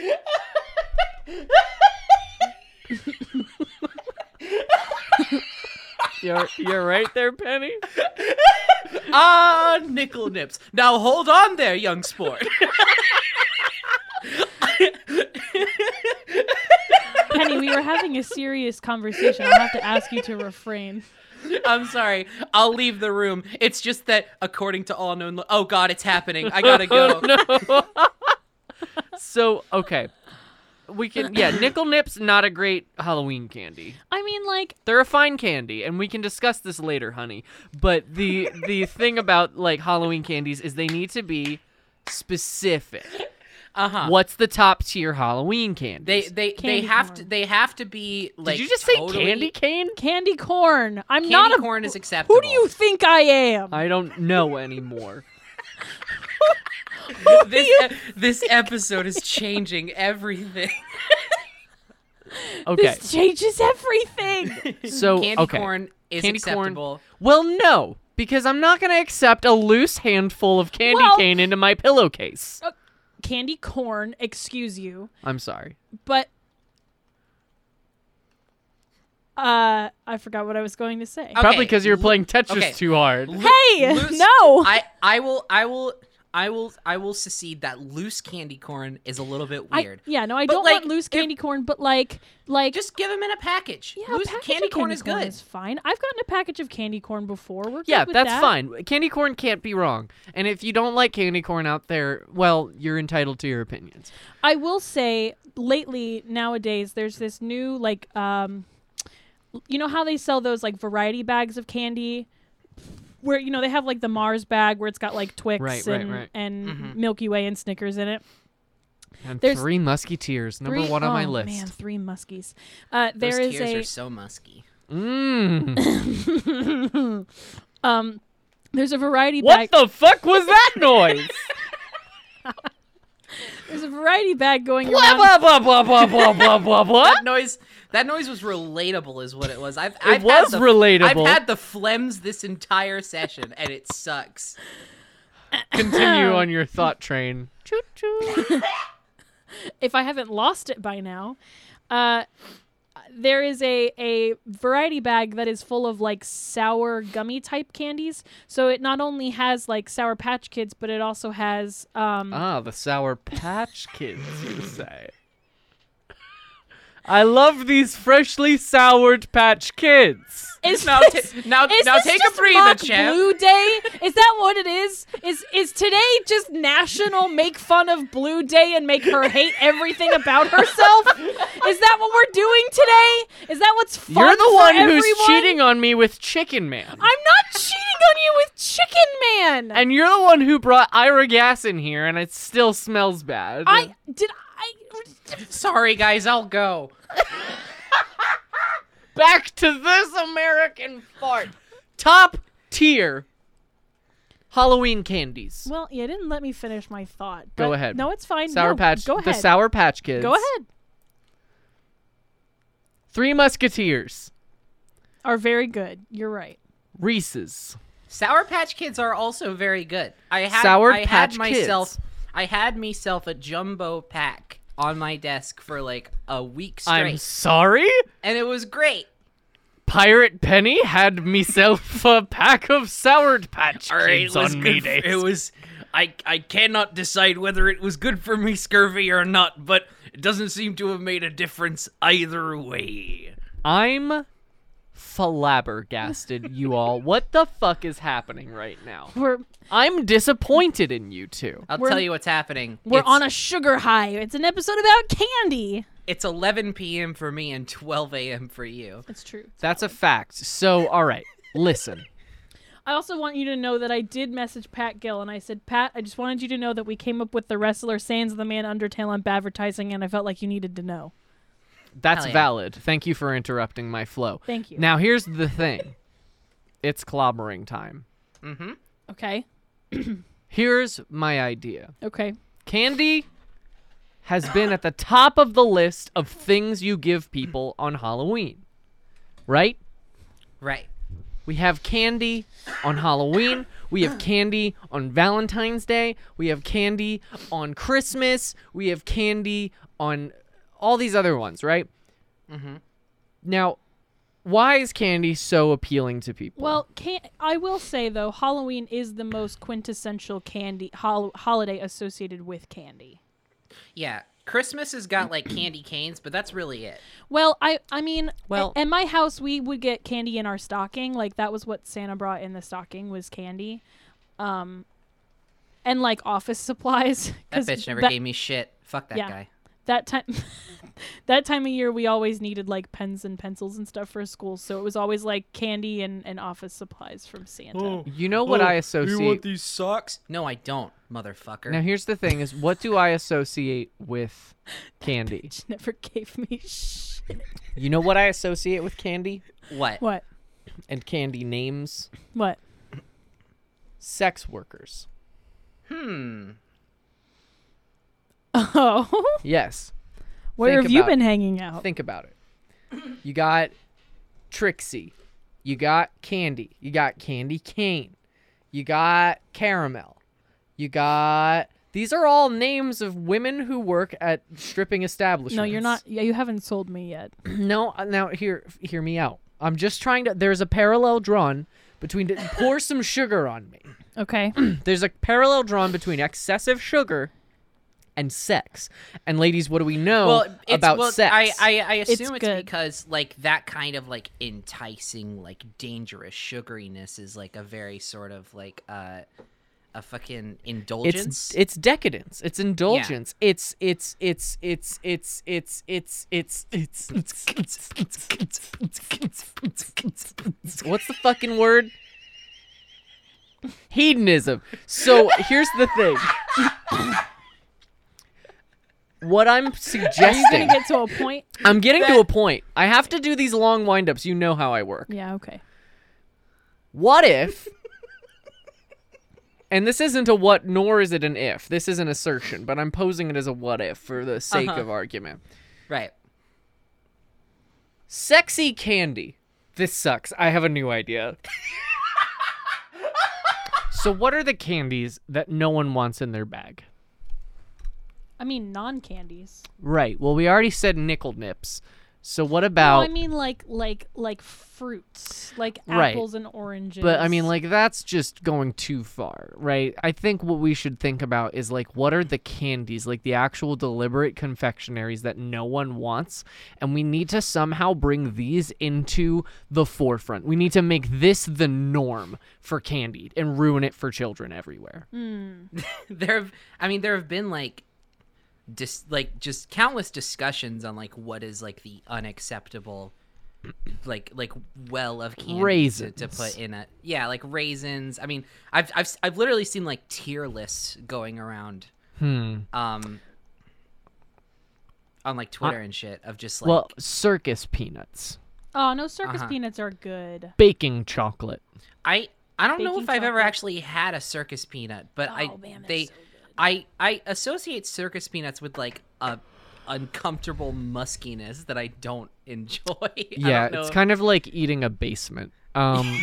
[SPEAKER 3] You're you're right there, Penny.
[SPEAKER 2] Ah, nickel nips. Now hold on there, young sport.
[SPEAKER 1] Penny, we were having a serious conversation. I'll have to ask you to refrain.
[SPEAKER 2] I'm sorry. I'll leave the room. It's just that according to all known lo- Oh god, it's happening. I got to go.
[SPEAKER 3] So okay, we can yeah, nickel nips not a great Halloween candy.
[SPEAKER 1] I mean like
[SPEAKER 3] They're a fine candy, and we can discuss this later, honey. But the the thing about like Halloween candies is they need to be specific.
[SPEAKER 2] Uh-huh.
[SPEAKER 3] What's the top tier Halloween candy?
[SPEAKER 2] They they they
[SPEAKER 1] Candy
[SPEAKER 2] have
[SPEAKER 1] corn.
[SPEAKER 2] to they have to be like
[SPEAKER 3] Did you just
[SPEAKER 2] totally-
[SPEAKER 3] say candy cane?
[SPEAKER 1] candy corn. I'm
[SPEAKER 2] Candy
[SPEAKER 1] not a
[SPEAKER 2] corn is acceptable.
[SPEAKER 1] Who do you think I am?
[SPEAKER 3] I don't know anymore.
[SPEAKER 2] this e- this episode is changing everything.
[SPEAKER 3] Okay.
[SPEAKER 1] This changes everything.
[SPEAKER 3] So
[SPEAKER 2] candy
[SPEAKER 3] Oh, okay.
[SPEAKER 2] corn is
[SPEAKER 3] Candy corn-
[SPEAKER 2] acceptable.
[SPEAKER 3] Well, no, because I'm not going to accept a loose handful of candy
[SPEAKER 1] Well-
[SPEAKER 3] cane into my pillowcase.
[SPEAKER 1] Candy corn, excuse you,
[SPEAKER 3] I'm sorry.
[SPEAKER 1] but uh I forgot what I was going to say.
[SPEAKER 2] Okay,
[SPEAKER 3] Probably because you're
[SPEAKER 2] l-
[SPEAKER 3] playing Tetris
[SPEAKER 2] okay.
[SPEAKER 3] too hard.
[SPEAKER 1] hey,
[SPEAKER 2] Loose-
[SPEAKER 1] no.
[SPEAKER 2] I I will I will I will I will secede that loose candy corn is a little bit
[SPEAKER 1] I-
[SPEAKER 2] weird.
[SPEAKER 1] yeah, no, I
[SPEAKER 2] But,
[SPEAKER 1] don't
[SPEAKER 2] like,
[SPEAKER 1] want loose
[SPEAKER 2] if-
[SPEAKER 1] candy corn, but like like
[SPEAKER 2] Just give them in a package.
[SPEAKER 1] yeah, a
[SPEAKER 2] loose
[SPEAKER 1] package
[SPEAKER 2] candy
[SPEAKER 1] of
[SPEAKER 2] corn is good.
[SPEAKER 1] Is fine. I've gotten a package of candy corn before. We're good
[SPEAKER 3] Yeah,
[SPEAKER 1] with
[SPEAKER 3] that's
[SPEAKER 1] that.
[SPEAKER 3] fine. Candy corn can't be wrong. And if you don't like candy corn out there, well, you're entitled to your opinions.
[SPEAKER 1] I will say lately nowadays there's this new like um you know how they sell those like variety bags of candy where you know they have like the Mars bag where it's got like Twix
[SPEAKER 3] Right, right,
[SPEAKER 1] and,
[SPEAKER 3] right.
[SPEAKER 1] and
[SPEAKER 3] Mm-hmm.
[SPEAKER 2] Mhm.
[SPEAKER 1] Milky Way and Snickers in it.
[SPEAKER 3] And
[SPEAKER 1] There's-
[SPEAKER 3] three musketeers, number
[SPEAKER 1] Three-
[SPEAKER 3] one on my
[SPEAKER 1] oh,
[SPEAKER 3] list.
[SPEAKER 1] Man, three muskies. Uh
[SPEAKER 2] Those
[SPEAKER 1] there is
[SPEAKER 2] tears
[SPEAKER 1] a
[SPEAKER 2] are so musky.
[SPEAKER 3] Mm.
[SPEAKER 1] Um, there's a variety bag.
[SPEAKER 3] What the fuck was that noise?
[SPEAKER 1] there's a variety bag going
[SPEAKER 3] blah
[SPEAKER 1] around.
[SPEAKER 3] blah blah blah blah blah blah blah blah.
[SPEAKER 2] That noise, that noise was relatable, is what it was. I've, I've
[SPEAKER 3] was
[SPEAKER 2] had the, I've
[SPEAKER 3] relatable.
[SPEAKER 2] had the phlegms this entire session, and it sucks.
[SPEAKER 3] Continue on your thought train.
[SPEAKER 1] if I haven't lost it by now, uh, there is a a variety bag that is full of like sour gummy type candies. So it not only has like Sour Patch Kids, but it also has
[SPEAKER 2] Uh,
[SPEAKER 1] um,
[SPEAKER 3] Ah, the Sour Patch Kids, you say. I love these freshly soured Patch Kids.
[SPEAKER 1] Is
[SPEAKER 2] Now,
[SPEAKER 1] this,
[SPEAKER 2] ta- now,
[SPEAKER 1] is
[SPEAKER 2] now
[SPEAKER 1] this
[SPEAKER 2] take
[SPEAKER 1] just
[SPEAKER 2] a breather,
[SPEAKER 1] Mock
[SPEAKER 2] champ.
[SPEAKER 1] Blue Day? Is that what it is? Is is today just National Make Fun of Blue Day and make her hate everything about herself? Is that what we're doing today? Is that what's fun
[SPEAKER 3] You're the
[SPEAKER 1] for
[SPEAKER 3] one who's
[SPEAKER 1] everyone?
[SPEAKER 3] cheating on me with Chicken Man.
[SPEAKER 1] I'm not cheating on you with Chicken Man.
[SPEAKER 3] and you're the one who brought Ira Gas in here, and it still smells bad.
[SPEAKER 1] I did I
[SPEAKER 2] Sorry, guys, I'll go.
[SPEAKER 3] Back to this American fart. Top tier Halloween candies.
[SPEAKER 1] Well, you didn't let me finish my thought.
[SPEAKER 3] Go
[SPEAKER 1] but-
[SPEAKER 3] ahead.
[SPEAKER 1] No, it's fine.
[SPEAKER 3] Sour
[SPEAKER 1] No,
[SPEAKER 3] Patch.
[SPEAKER 1] Go ahead.
[SPEAKER 3] The Sour Patch Kids.
[SPEAKER 1] Go ahead.
[SPEAKER 3] Three Musketeers.
[SPEAKER 1] Are very good. You're right.
[SPEAKER 3] Reese's.
[SPEAKER 2] Sour Patch Kids are also very good. I had
[SPEAKER 3] Sour
[SPEAKER 2] I
[SPEAKER 3] Patch
[SPEAKER 2] had myself
[SPEAKER 3] Kids.
[SPEAKER 2] I had myself a jumbo pack on my desk for like a week
[SPEAKER 3] I'm
[SPEAKER 2] straight,
[SPEAKER 3] sorry?
[SPEAKER 2] and it was great.
[SPEAKER 3] Pirate Penny had myself a pack of Sour Patch
[SPEAKER 4] All right,
[SPEAKER 3] Kids
[SPEAKER 4] it was
[SPEAKER 3] on
[SPEAKER 4] good
[SPEAKER 3] me
[SPEAKER 4] f-
[SPEAKER 3] days.
[SPEAKER 4] It was. I I cannot decide whether it was good for me scurvy or not, but it doesn't seem to have made a difference either way.
[SPEAKER 3] I'm flabbergasted, you all. What the fuck is happening right now?
[SPEAKER 1] We're
[SPEAKER 3] I'm disappointed in you two.
[SPEAKER 2] I'll
[SPEAKER 1] We're-
[SPEAKER 2] tell you what's happening.
[SPEAKER 1] we're
[SPEAKER 2] it's,
[SPEAKER 1] on a sugar high. It's an episode about candy.
[SPEAKER 2] It's 11 p.m. for me and 12 a.m. for you.
[SPEAKER 1] It's true.
[SPEAKER 3] That's a fact. So, all right, listen.
[SPEAKER 1] I also want you to know that I did message Pat Gill and I said, Pat, I just wanted you to know that we came up with the wrestler Sans of the Man Undertale on advertising, and I felt like you needed to know.
[SPEAKER 3] That's
[SPEAKER 2] Hell yeah.
[SPEAKER 3] valid. Thank you for interrupting my flow.
[SPEAKER 1] Thank you.
[SPEAKER 3] Now, here's the thing it's clobbering time.
[SPEAKER 1] Okay.
[SPEAKER 3] Here's my idea.
[SPEAKER 1] Okay.
[SPEAKER 3] Candy has been at the top of the list of things you give people on Halloween. Right?
[SPEAKER 2] Right.
[SPEAKER 3] We have candy on Halloween. We have candy on Valentine's Day. We have candy on Christmas. We have candy on all these other ones, right? Mm-hmm. Now, why is candy so appealing to people?
[SPEAKER 1] Well, can I will say though, Halloween is the most quintessential candy hol- holiday associated with candy.
[SPEAKER 2] Yeah. Christmas has got like candy canes, but that's really it.
[SPEAKER 1] Well, I I mean, well,
[SPEAKER 3] Well-
[SPEAKER 1] at my house we would get candy in our stocking. Like that was what Santa brought in the stocking was candy, um, and like office supplies.
[SPEAKER 2] That
[SPEAKER 1] 'cause
[SPEAKER 2] bitch never
[SPEAKER 1] that-
[SPEAKER 2] gave me shit. Fuck that
[SPEAKER 1] Yeah.
[SPEAKER 2] guy.
[SPEAKER 1] that time that time of year we always needed like pens and pencils and stuff for school so it was always like candy and, and office supplies from santa
[SPEAKER 4] Oh,
[SPEAKER 3] you know what I associate
[SPEAKER 4] these socks?
[SPEAKER 2] No, I don't, motherfucker.
[SPEAKER 3] Now here's the thing is what do I associate with candy?
[SPEAKER 1] she never gave me shit.
[SPEAKER 3] You know what I associate with candy
[SPEAKER 2] what?
[SPEAKER 1] what
[SPEAKER 3] and candy names?
[SPEAKER 1] what
[SPEAKER 3] Sex workers.
[SPEAKER 1] oh
[SPEAKER 3] Yes.
[SPEAKER 1] where
[SPEAKER 3] Think
[SPEAKER 1] have you
[SPEAKER 3] about
[SPEAKER 1] been
[SPEAKER 3] it.
[SPEAKER 1] hanging out
[SPEAKER 3] Oh. Think about it. You got Trixie. You got candy. You got candy cane. You got caramel. You got these are all names of women who work at stripping establishments.
[SPEAKER 1] no you're not yeah you haven't sold me yet
[SPEAKER 3] No, uh, now hear hear me out. I'm just trying to. There's a parallel drawn between. pour some sugar on me.
[SPEAKER 1] okay
[SPEAKER 3] There's a parallel drawn between excessive sugar and sex. And ladies, what do we know
[SPEAKER 2] Well, it's,
[SPEAKER 3] about
[SPEAKER 2] well,
[SPEAKER 3] sex?
[SPEAKER 2] I, I, I assume it's,
[SPEAKER 1] good.
[SPEAKER 2] because like that kind of like enticing, like dangerous sugariness is like a very sort of like uh, a fucking indulgence.
[SPEAKER 3] it's it's decadence. It's indulgence. It's it's it's it's it's it's it's it's it's it's what's the fucking word? Hedonism. So here's the thing. What I'm
[SPEAKER 1] Are you gonna
[SPEAKER 3] suggesting,
[SPEAKER 1] get to a point?
[SPEAKER 3] I'm getting to
[SPEAKER 2] that-
[SPEAKER 3] a point. I have to do these long windups. You know how I work.
[SPEAKER 1] Yeah. Okay.
[SPEAKER 3] What if? And this isn't a what, nor is it an if. This is an assertion, but I'm posing it as a what if for the sake
[SPEAKER 2] Uh-huh.
[SPEAKER 3] of argument.
[SPEAKER 2] Right.
[SPEAKER 3] Sexy candy. This sucks. I have a new idea. so, what are the candies that no one wants in their bag?
[SPEAKER 1] I mean, non candies.
[SPEAKER 3] Right. Well, we already said nickel nips. So, what
[SPEAKER 1] No,
[SPEAKER 3] about.
[SPEAKER 1] I mean like like like fruits, like
[SPEAKER 3] Right.
[SPEAKER 1] apples and oranges.
[SPEAKER 3] But I mean, like, that's just going too far, right? I think what we should think about is, like, what are the candies, like the actual deliberate confectionaries that no one wants? And we need to somehow bring these into the forefront. We need to make this the norm for candy and ruin it for children everywhere.
[SPEAKER 2] Mm. there have i mean there have been like dis- like just countless discussions on like what is like the unacceptable like like well of candy to, to
[SPEAKER 3] Raisins.
[SPEAKER 2] put in a yeah like raisins i mean i've i've s- i've literally seen like tier lists going around
[SPEAKER 3] Hmm.
[SPEAKER 2] um on like twitter and shit of just like
[SPEAKER 3] well, circus peanuts,
[SPEAKER 1] oh no, circus
[SPEAKER 2] Uh-huh.
[SPEAKER 1] peanuts are good.
[SPEAKER 3] baking chocolate.
[SPEAKER 2] I I don't know
[SPEAKER 1] Baking
[SPEAKER 2] if I've ever
[SPEAKER 1] chocolate?
[SPEAKER 2] actually had a circus peanut, but I
[SPEAKER 1] Oh, man, they're
[SPEAKER 2] they
[SPEAKER 1] so good.
[SPEAKER 2] I I associate circus peanuts with like a uncomfortable muskiness that I don't enjoy. I don't
[SPEAKER 3] Yeah,
[SPEAKER 2] know
[SPEAKER 3] it's
[SPEAKER 2] if-
[SPEAKER 3] kind of like eating a basement. Um.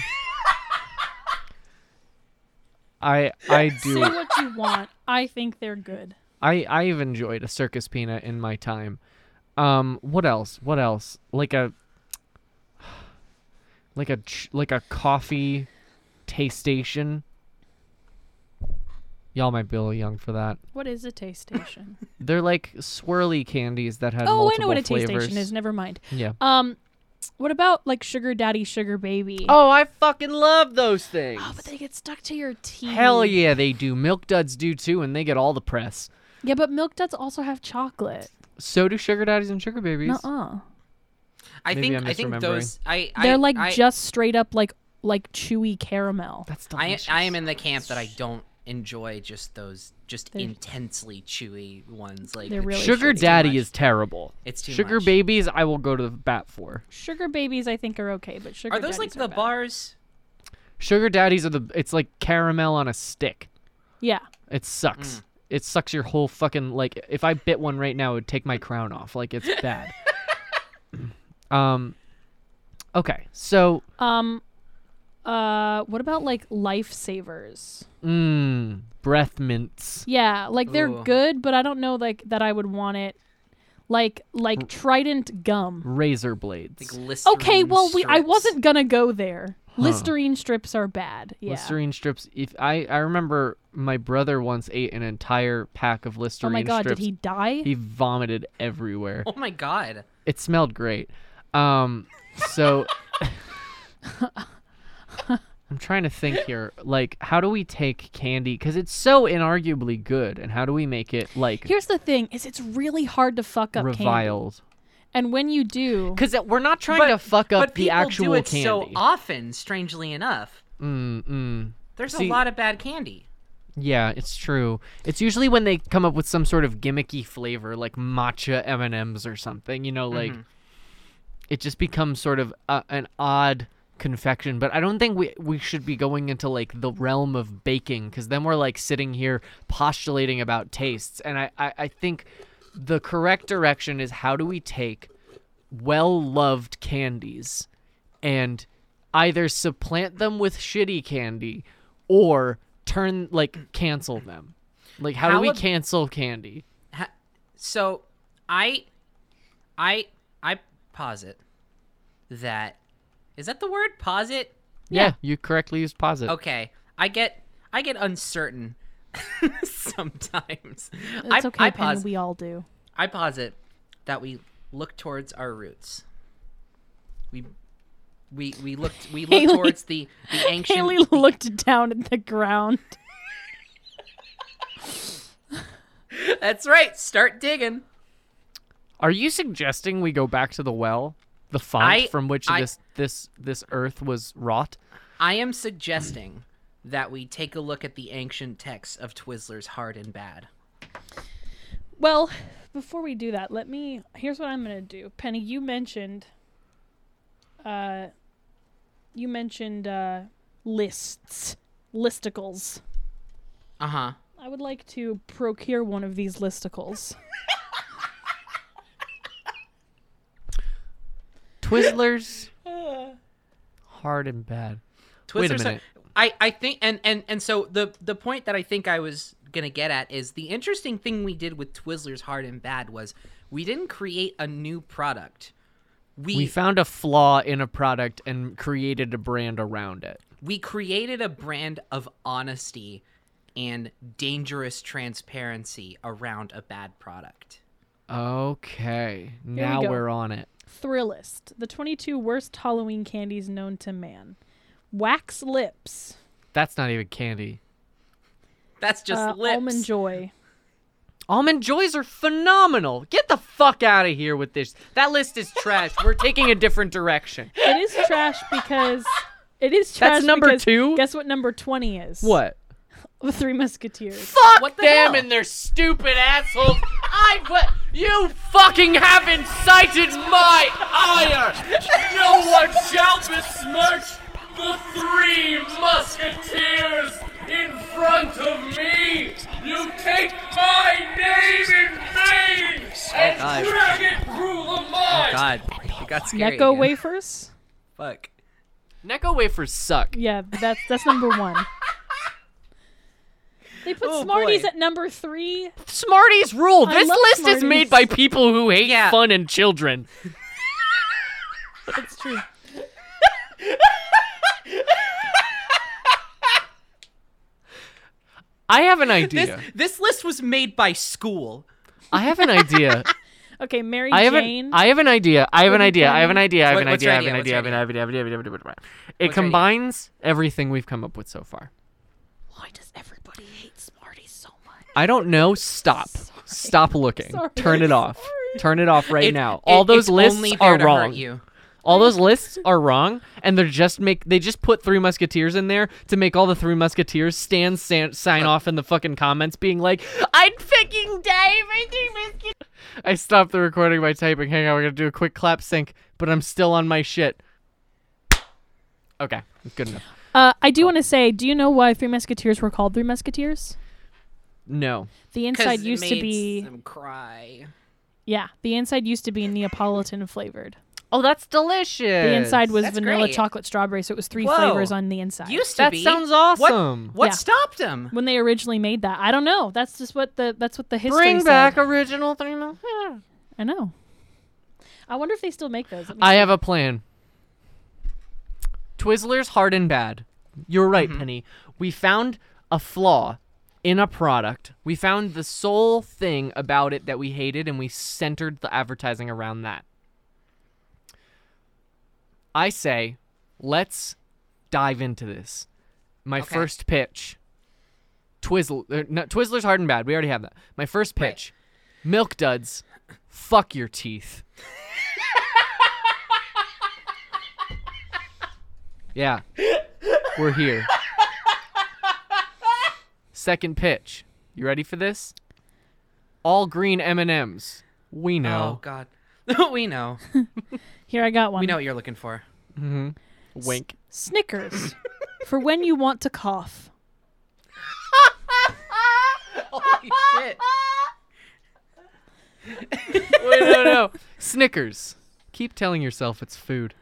[SPEAKER 3] I I do
[SPEAKER 1] Say what you want. I think they're good.
[SPEAKER 3] I I've enjoyed a circus peanut in my time. Um, what else? What else? Like a like a ch- like a coffee taste station. Y'all might be a little young for that.
[SPEAKER 1] What is a taste station?
[SPEAKER 3] They're like swirly candies that had
[SPEAKER 1] oh, I
[SPEAKER 3] multiple
[SPEAKER 1] know what a taste
[SPEAKER 3] flavors.
[SPEAKER 1] station is. Never mind.
[SPEAKER 3] Yeah.
[SPEAKER 1] Um, what about like sugar daddy, sugar baby?
[SPEAKER 3] Oh, I fucking love those things.
[SPEAKER 1] Oh, but they get stuck to your teeth.
[SPEAKER 3] Hell yeah, they do. Milk duds do too, and they get all the press.
[SPEAKER 1] Yeah, but milk duds also have chocolate.
[SPEAKER 3] So do sugar daddies and sugar babies.
[SPEAKER 1] Nuh-uh.
[SPEAKER 2] I
[SPEAKER 3] maybe
[SPEAKER 2] think
[SPEAKER 3] I'm
[SPEAKER 2] I think
[SPEAKER 3] misremembering.
[SPEAKER 2] those I I-
[SPEAKER 1] They're like
[SPEAKER 2] I,
[SPEAKER 1] just straight up like like chewy caramel.
[SPEAKER 3] That's
[SPEAKER 2] I
[SPEAKER 3] delicious.
[SPEAKER 2] I am in the camp that I don't enjoy just those just
[SPEAKER 1] They're-
[SPEAKER 2] intensely chewy ones like
[SPEAKER 1] They're really
[SPEAKER 3] Sugar
[SPEAKER 1] chewy.
[SPEAKER 2] it's too
[SPEAKER 3] daddy
[SPEAKER 2] much.
[SPEAKER 3] is terrible.
[SPEAKER 2] it's too
[SPEAKER 3] Sugar
[SPEAKER 2] much.
[SPEAKER 3] babies, I will go to the bat for.
[SPEAKER 1] Sugar babies, I think, are okay, but sugar
[SPEAKER 2] Are those like
[SPEAKER 1] daddies
[SPEAKER 2] the
[SPEAKER 1] bad.
[SPEAKER 2] bars?
[SPEAKER 3] Sugar daddies are the. It's like caramel on a stick.
[SPEAKER 1] Yeah,
[SPEAKER 3] It sucks.
[SPEAKER 1] Mm.
[SPEAKER 3] It sucks your whole fucking like. If I bit one right now, it would take my crown off. Like it's bad. um. Okay, so
[SPEAKER 1] Um, uh, what about like lifesavers?
[SPEAKER 3] mm, breath mints.
[SPEAKER 1] Yeah, like they're
[SPEAKER 2] Ooh.
[SPEAKER 1] good, but I don't know like that I would want it. Like like Trident gum.
[SPEAKER 3] Razor blades.
[SPEAKER 2] Like Listerine
[SPEAKER 1] Okay, well we I
[SPEAKER 2] strips.
[SPEAKER 1] wasn't gonna go there. Listerine strips are bad. Yeah.
[SPEAKER 3] Listerine strips. If I I remember my brother once ate an entire pack of
[SPEAKER 1] oh
[SPEAKER 3] Listerine
[SPEAKER 1] my god,
[SPEAKER 3] strips.
[SPEAKER 1] did he die?
[SPEAKER 3] He vomited everywhere.
[SPEAKER 2] Oh my god.
[SPEAKER 3] It smelled great. Um, so I'm trying to think here. Like, how do we take candy? Because it's so inarguably good, and how do we make it like
[SPEAKER 1] Here's the thing: is it's really hard to fuck up candy,
[SPEAKER 3] reviled?
[SPEAKER 1] and when you do,
[SPEAKER 3] Because we're not trying
[SPEAKER 2] But-
[SPEAKER 3] to fuck up
[SPEAKER 2] but
[SPEAKER 3] the
[SPEAKER 2] people
[SPEAKER 3] actual
[SPEAKER 2] do it
[SPEAKER 3] candy.
[SPEAKER 2] so often. Strangely enough,
[SPEAKER 3] mm, mm.
[SPEAKER 2] there's
[SPEAKER 3] See-
[SPEAKER 2] a lot of bad candy.
[SPEAKER 3] Yeah, it's true. It's usually when they come up with some sort of gimmicky flavor, like matcha M and M's or something. You know, like
[SPEAKER 2] Mm-hmm.
[SPEAKER 3] it just becomes sort of a, an odd confection. But I don't think we we should be going into like the realm of baking because then we're like sitting here postulating about tastes. And I, I I think the correct direction is how do we take well loved candies and either supplant them with shitty candy or turn like cancel them. Like how,
[SPEAKER 2] How
[SPEAKER 3] do we
[SPEAKER 2] ab-
[SPEAKER 3] cancel candy?
[SPEAKER 2] Ha- So, I, I, I posit that is that the word posit?
[SPEAKER 3] Yeah, you correctly used posit.
[SPEAKER 2] Okay, I get I get uncertain
[SPEAKER 1] it's
[SPEAKER 2] sometimes. I,
[SPEAKER 1] okay.
[SPEAKER 2] I,
[SPEAKER 1] Penny,
[SPEAKER 2] pos-
[SPEAKER 1] we all do.
[SPEAKER 2] I posit that we look towards our roots. We. We, we looked we look
[SPEAKER 1] Haley-
[SPEAKER 2] towards the the ancient
[SPEAKER 1] Haley looked down at the ground.
[SPEAKER 2] that's right start digging
[SPEAKER 3] Are you suggesting we go back to the well, the font
[SPEAKER 2] I-
[SPEAKER 3] from which
[SPEAKER 2] I-
[SPEAKER 3] this this this earth was wrought?
[SPEAKER 2] I am suggesting that we take a look at the ancient texts of Twizzlers Hard and Bad.
[SPEAKER 1] Well, before we do that, let me. Here's what I'm gonna do, Penny. You mentioned. Uh, you mentioned uh, lists, listicles.
[SPEAKER 2] Uh
[SPEAKER 3] Uh-huh.
[SPEAKER 2] huh.
[SPEAKER 1] I would like to procure one of these listicles.
[SPEAKER 3] Twizzlers, hard and bad. Wait a
[SPEAKER 2] Twizzlers.
[SPEAKER 3] minute.
[SPEAKER 2] Are, I I think and and and so the the point that I think I was gonna get at is the interesting thing we did with Twizzlers Hard and Bad was we didn't create a new product. We
[SPEAKER 3] We
[SPEAKER 2] we,
[SPEAKER 3] found a flaw in a product and created a brand around it.
[SPEAKER 2] created a brand of honesty and dangerous transparency around a bad product.
[SPEAKER 3] Okay,
[SPEAKER 1] we
[SPEAKER 3] now
[SPEAKER 1] go.
[SPEAKER 3] we're on it.
[SPEAKER 1] Thrillist, the 22 worst Halloween candies known to man. Wax lips,
[SPEAKER 3] That's not even candy.
[SPEAKER 2] That's just
[SPEAKER 1] uh,
[SPEAKER 2] lips.
[SPEAKER 1] almond joy,
[SPEAKER 3] Almond joys are phenomenal. Get the fuck out of here with this. That list is trash. We're taking a different direction.
[SPEAKER 1] it is trash because it is trash.
[SPEAKER 3] number
[SPEAKER 1] because
[SPEAKER 3] two?
[SPEAKER 1] Guess what number twenty is?
[SPEAKER 3] What?
[SPEAKER 1] the Three Musketeers.
[SPEAKER 3] Fuck
[SPEAKER 2] What the
[SPEAKER 3] them
[SPEAKER 2] hell?
[SPEAKER 3] and their stupid assholes. I wa- you fucking have incited my ire. No one shall besmirch the three musketeers in front of me. You take my name in vain and
[SPEAKER 2] God.
[SPEAKER 3] drag it through the mud.
[SPEAKER 2] Oh, God, it got scary.
[SPEAKER 1] Necco
[SPEAKER 2] again.
[SPEAKER 1] wafers.
[SPEAKER 2] Fuck.
[SPEAKER 3] Necco wafers suck.
[SPEAKER 1] Yeah, that's that's number one. They put
[SPEAKER 2] Oh,
[SPEAKER 1] Smarties
[SPEAKER 2] boy.
[SPEAKER 1] at number three.
[SPEAKER 3] Smarties rule.
[SPEAKER 1] I
[SPEAKER 3] This
[SPEAKER 1] love
[SPEAKER 3] list is
[SPEAKER 1] Smarties.
[SPEAKER 3] made by people who hate
[SPEAKER 2] Yeah.
[SPEAKER 3] fun and children.
[SPEAKER 1] It's true.
[SPEAKER 3] I have an
[SPEAKER 2] This
[SPEAKER 3] idea.
[SPEAKER 2] this list was made by school.
[SPEAKER 3] I have an idea.
[SPEAKER 1] Okay, Mary
[SPEAKER 3] I have
[SPEAKER 1] Jane.
[SPEAKER 3] an I have an idea. I have an
[SPEAKER 1] Pretty
[SPEAKER 3] idea. I have an
[SPEAKER 1] Penny.
[SPEAKER 3] idea. I have
[SPEAKER 2] What-
[SPEAKER 3] an
[SPEAKER 2] what's
[SPEAKER 3] idea.
[SPEAKER 2] your
[SPEAKER 3] I have an
[SPEAKER 2] idea? What's
[SPEAKER 3] idea. I have an idea. I have an idea. I have an idea. It
[SPEAKER 2] What's your idea?
[SPEAKER 3] combines everything we've come up with so far.
[SPEAKER 1] Why does everybody hate Smarties so much?
[SPEAKER 3] I don't know. Stop. Stop looking.
[SPEAKER 1] Sorry.
[SPEAKER 3] Turn it off. Turn it off right
[SPEAKER 2] It-
[SPEAKER 3] now.
[SPEAKER 2] it-
[SPEAKER 3] All those
[SPEAKER 2] it's
[SPEAKER 3] lists
[SPEAKER 2] only there
[SPEAKER 3] are
[SPEAKER 2] to
[SPEAKER 3] wrong.
[SPEAKER 2] Hurt you.
[SPEAKER 3] All those lists are wrong, and they're just make they just put Three Musketeers in there to make all the Three Musketeers stand san- sign off in the fucking comments, being like, "I'd fucking die if I Three Musketeers." I stopped the recording by typing. Hang on, we're gonna do a quick clap sync, but I'm still on my shit. Okay, good enough.
[SPEAKER 1] Uh, I do want to say, do you know why Three Musketeers were called Three Musketeers?
[SPEAKER 3] No,
[SPEAKER 1] The
[SPEAKER 2] 'Cause
[SPEAKER 1] inside
[SPEAKER 2] it
[SPEAKER 1] used to
[SPEAKER 2] made
[SPEAKER 1] be
[SPEAKER 2] them cry.
[SPEAKER 1] yeah, the inside used to be Neapolitan flavored.
[SPEAKER 3] oh, that's delicious.
[SPEAKER 1] The inside was
[SPEAKER 2] That's
[SPEAKER 1] vanilla,
[SPEAKER 2] great.
[SPEAKER 1] chocolate, strawberry, so it was three
[SPEAKER 2] Whoa.
[SPEAKER 1] flavors on the inside.
[SPEAKER 2] Used to
[SPEAKER 3] That
[SPEAKER 2] be.
[SPEAKER 3] sounds
[SPEAKER 2] What-
[SPEAKER 3] awesome.
[SPEAKER 2] What,
[SPEAKER 1] Yeah.
[SPEAKER 2] stopped him?
[SPEAKER 1] when they originally made that, I don't know. That's just what the that's what the history
[SPEAKER 3] bring
[SPEAKER 1] said.
[SPEAKER 3] back original Three Musketeers.
[SPEAKER 1] I know. I wonder if they still make those. Let me
[SPEAKER 3] I
[SPEAKER 1] see.
[SPEAKER 3] have a plan. Twizzlers hard and bad. You're right,
[SPEAKER 2] Mm-hmm.
[SPEAKER 3] Penny. We found a flaw in a product. We found the sole thing about it that we hated and we centered the advertising around that. I say, let's dive into this. My
[SPEAKER 2] Okay.
[SPEAKER 3] first pitch. Twizzle, er, no, Twizzlers hard and bad. We already have that. My first
[SPEAKER 2] Right.
[SPEAKER 3] pitch. Milk duds. Fuck your teeth. Yeah. We're here. Second pitch. You ready for this? All green M&Ms. We
[SPEAKER 2] Oh
[SPEAKER 3] know.
[SPEAKER 2] God. we know.
[SPEAKER 1] Here I got one.
[SPEAKER 2] We know what you're looking for.
[SPEAKER 3] Wink.
[SPEAKER 1] Snickers for when you want to cough.
[SPEAKER 2] Holy shit.
[SPEAKER 3] Wait, no, no. Snickers. Keep telling yourself it's food.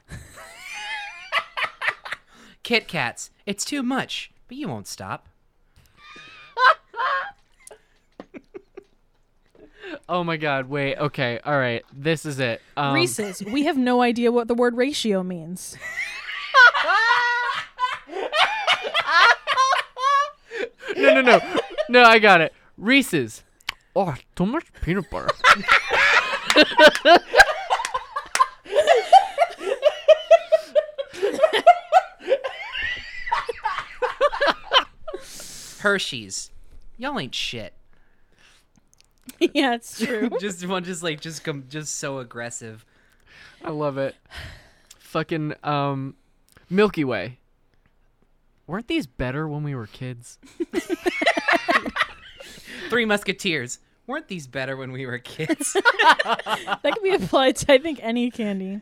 [SPEAKER 2] Kit Kats. It's too much, but you won't stop.
[SPEAKER 3] Oh my god, wait. Okay. All right. This is it. Um,
[SPEAKER 1] Reese's. We have no idea what the word ratio means.
[SPEAKER 3] No, no, no. No, I got it. Reese's. Oh, too much peanut butter.
[SPEAKER 2] Hershey's. Y'all ain't shit.
[SPEAKER 1] yeah, it's true.
[SPEAKER 2] just one, just like just come, just so aggressive.
[SPEAKER 3] I love it. Fucking um, Milky Way. Weren't these better when we were kids?
[SPEAKER 2] Three Musketeers. Weren't these better when we were kids?
[SPEAKER 1] That can be applied to I think any candy.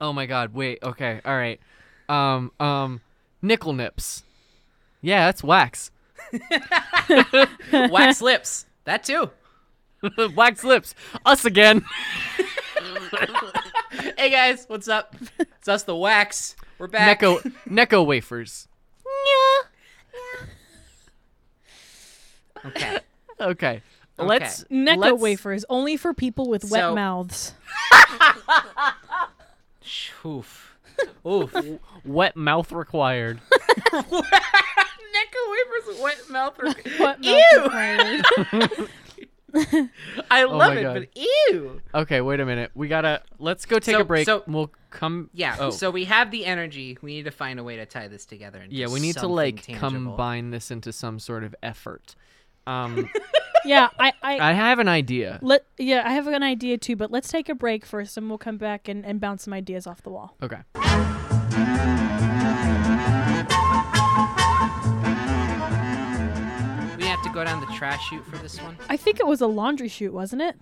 [SPEAKER 3] Oh my god, wait, okay, all right. Um, um, nickel nips. Yeah, that's wax.
[SPEAKER 2] Wax lips. That too.
[SPEAKER 3] wax lips. Us again.
[SPEAKER 2] Hey guys, what's up? It's us, the Wax. We're back.
[SPEAKER 3] Necco, Necco wafers.
[SPEAKER 2] Okay.
[SPEAKER 3] Okay. Let's
[SPEAKER 1] Necco
[SPEAKER 3] let's-
[SPEAKER 1] wafers only for people with
[SPEAKER 2] So-
[SPEAKER 1] wet mouths.
[SPEAKER 2] Oof. Oof. Necco
[SPEAKER 3] Wet mouth required.
[SPEAKER 2] wafers, wet mouth.
[SPEAKER 1] What mouth
[SPEAKER 2] Ew.
[SPEAKER 1] required.
[SPEAKER 2] I love
[SPEAKER 3] my
[SPEAKER 2] it,
[SPEAKER 3] God.
[SPEAKER 2] but ew.
[SPEAKER 3] Okay, wait a minute. We gotta let's go take
[SPEAKER 2] So-
[SPEAKER 3] a break.
[SPEAKER 2] so-
[SPEAKER 3] we'll come.
[SPEAKER 2] Yeah.
[SPEAKER 3] Oh.
[SPEAKER 2] So we have the energy. We need to find a way to tie this together. into
[SPEAKER 3] yeah, we need to
[SPEAKER 2] something
[SPEAKER 3] like
[SPEAKER 2] tangible.
[SPEAKER 3] combine this into some sort of effort. Um,
[SPEAKER 1] yeah, I, I,
[SPEAKER 3] I have an idea.
[SPEAKER 1] let yeah, I have an idea too, but let's take a break first and we'll come back and, and bounce some ideas off the wall.
[SPEAKER 3] Okay.
[SPEAKER 2] We have to go down the trash chute for this one.
[SPEAKER 1] I think it was a laundry chute, wasn't it?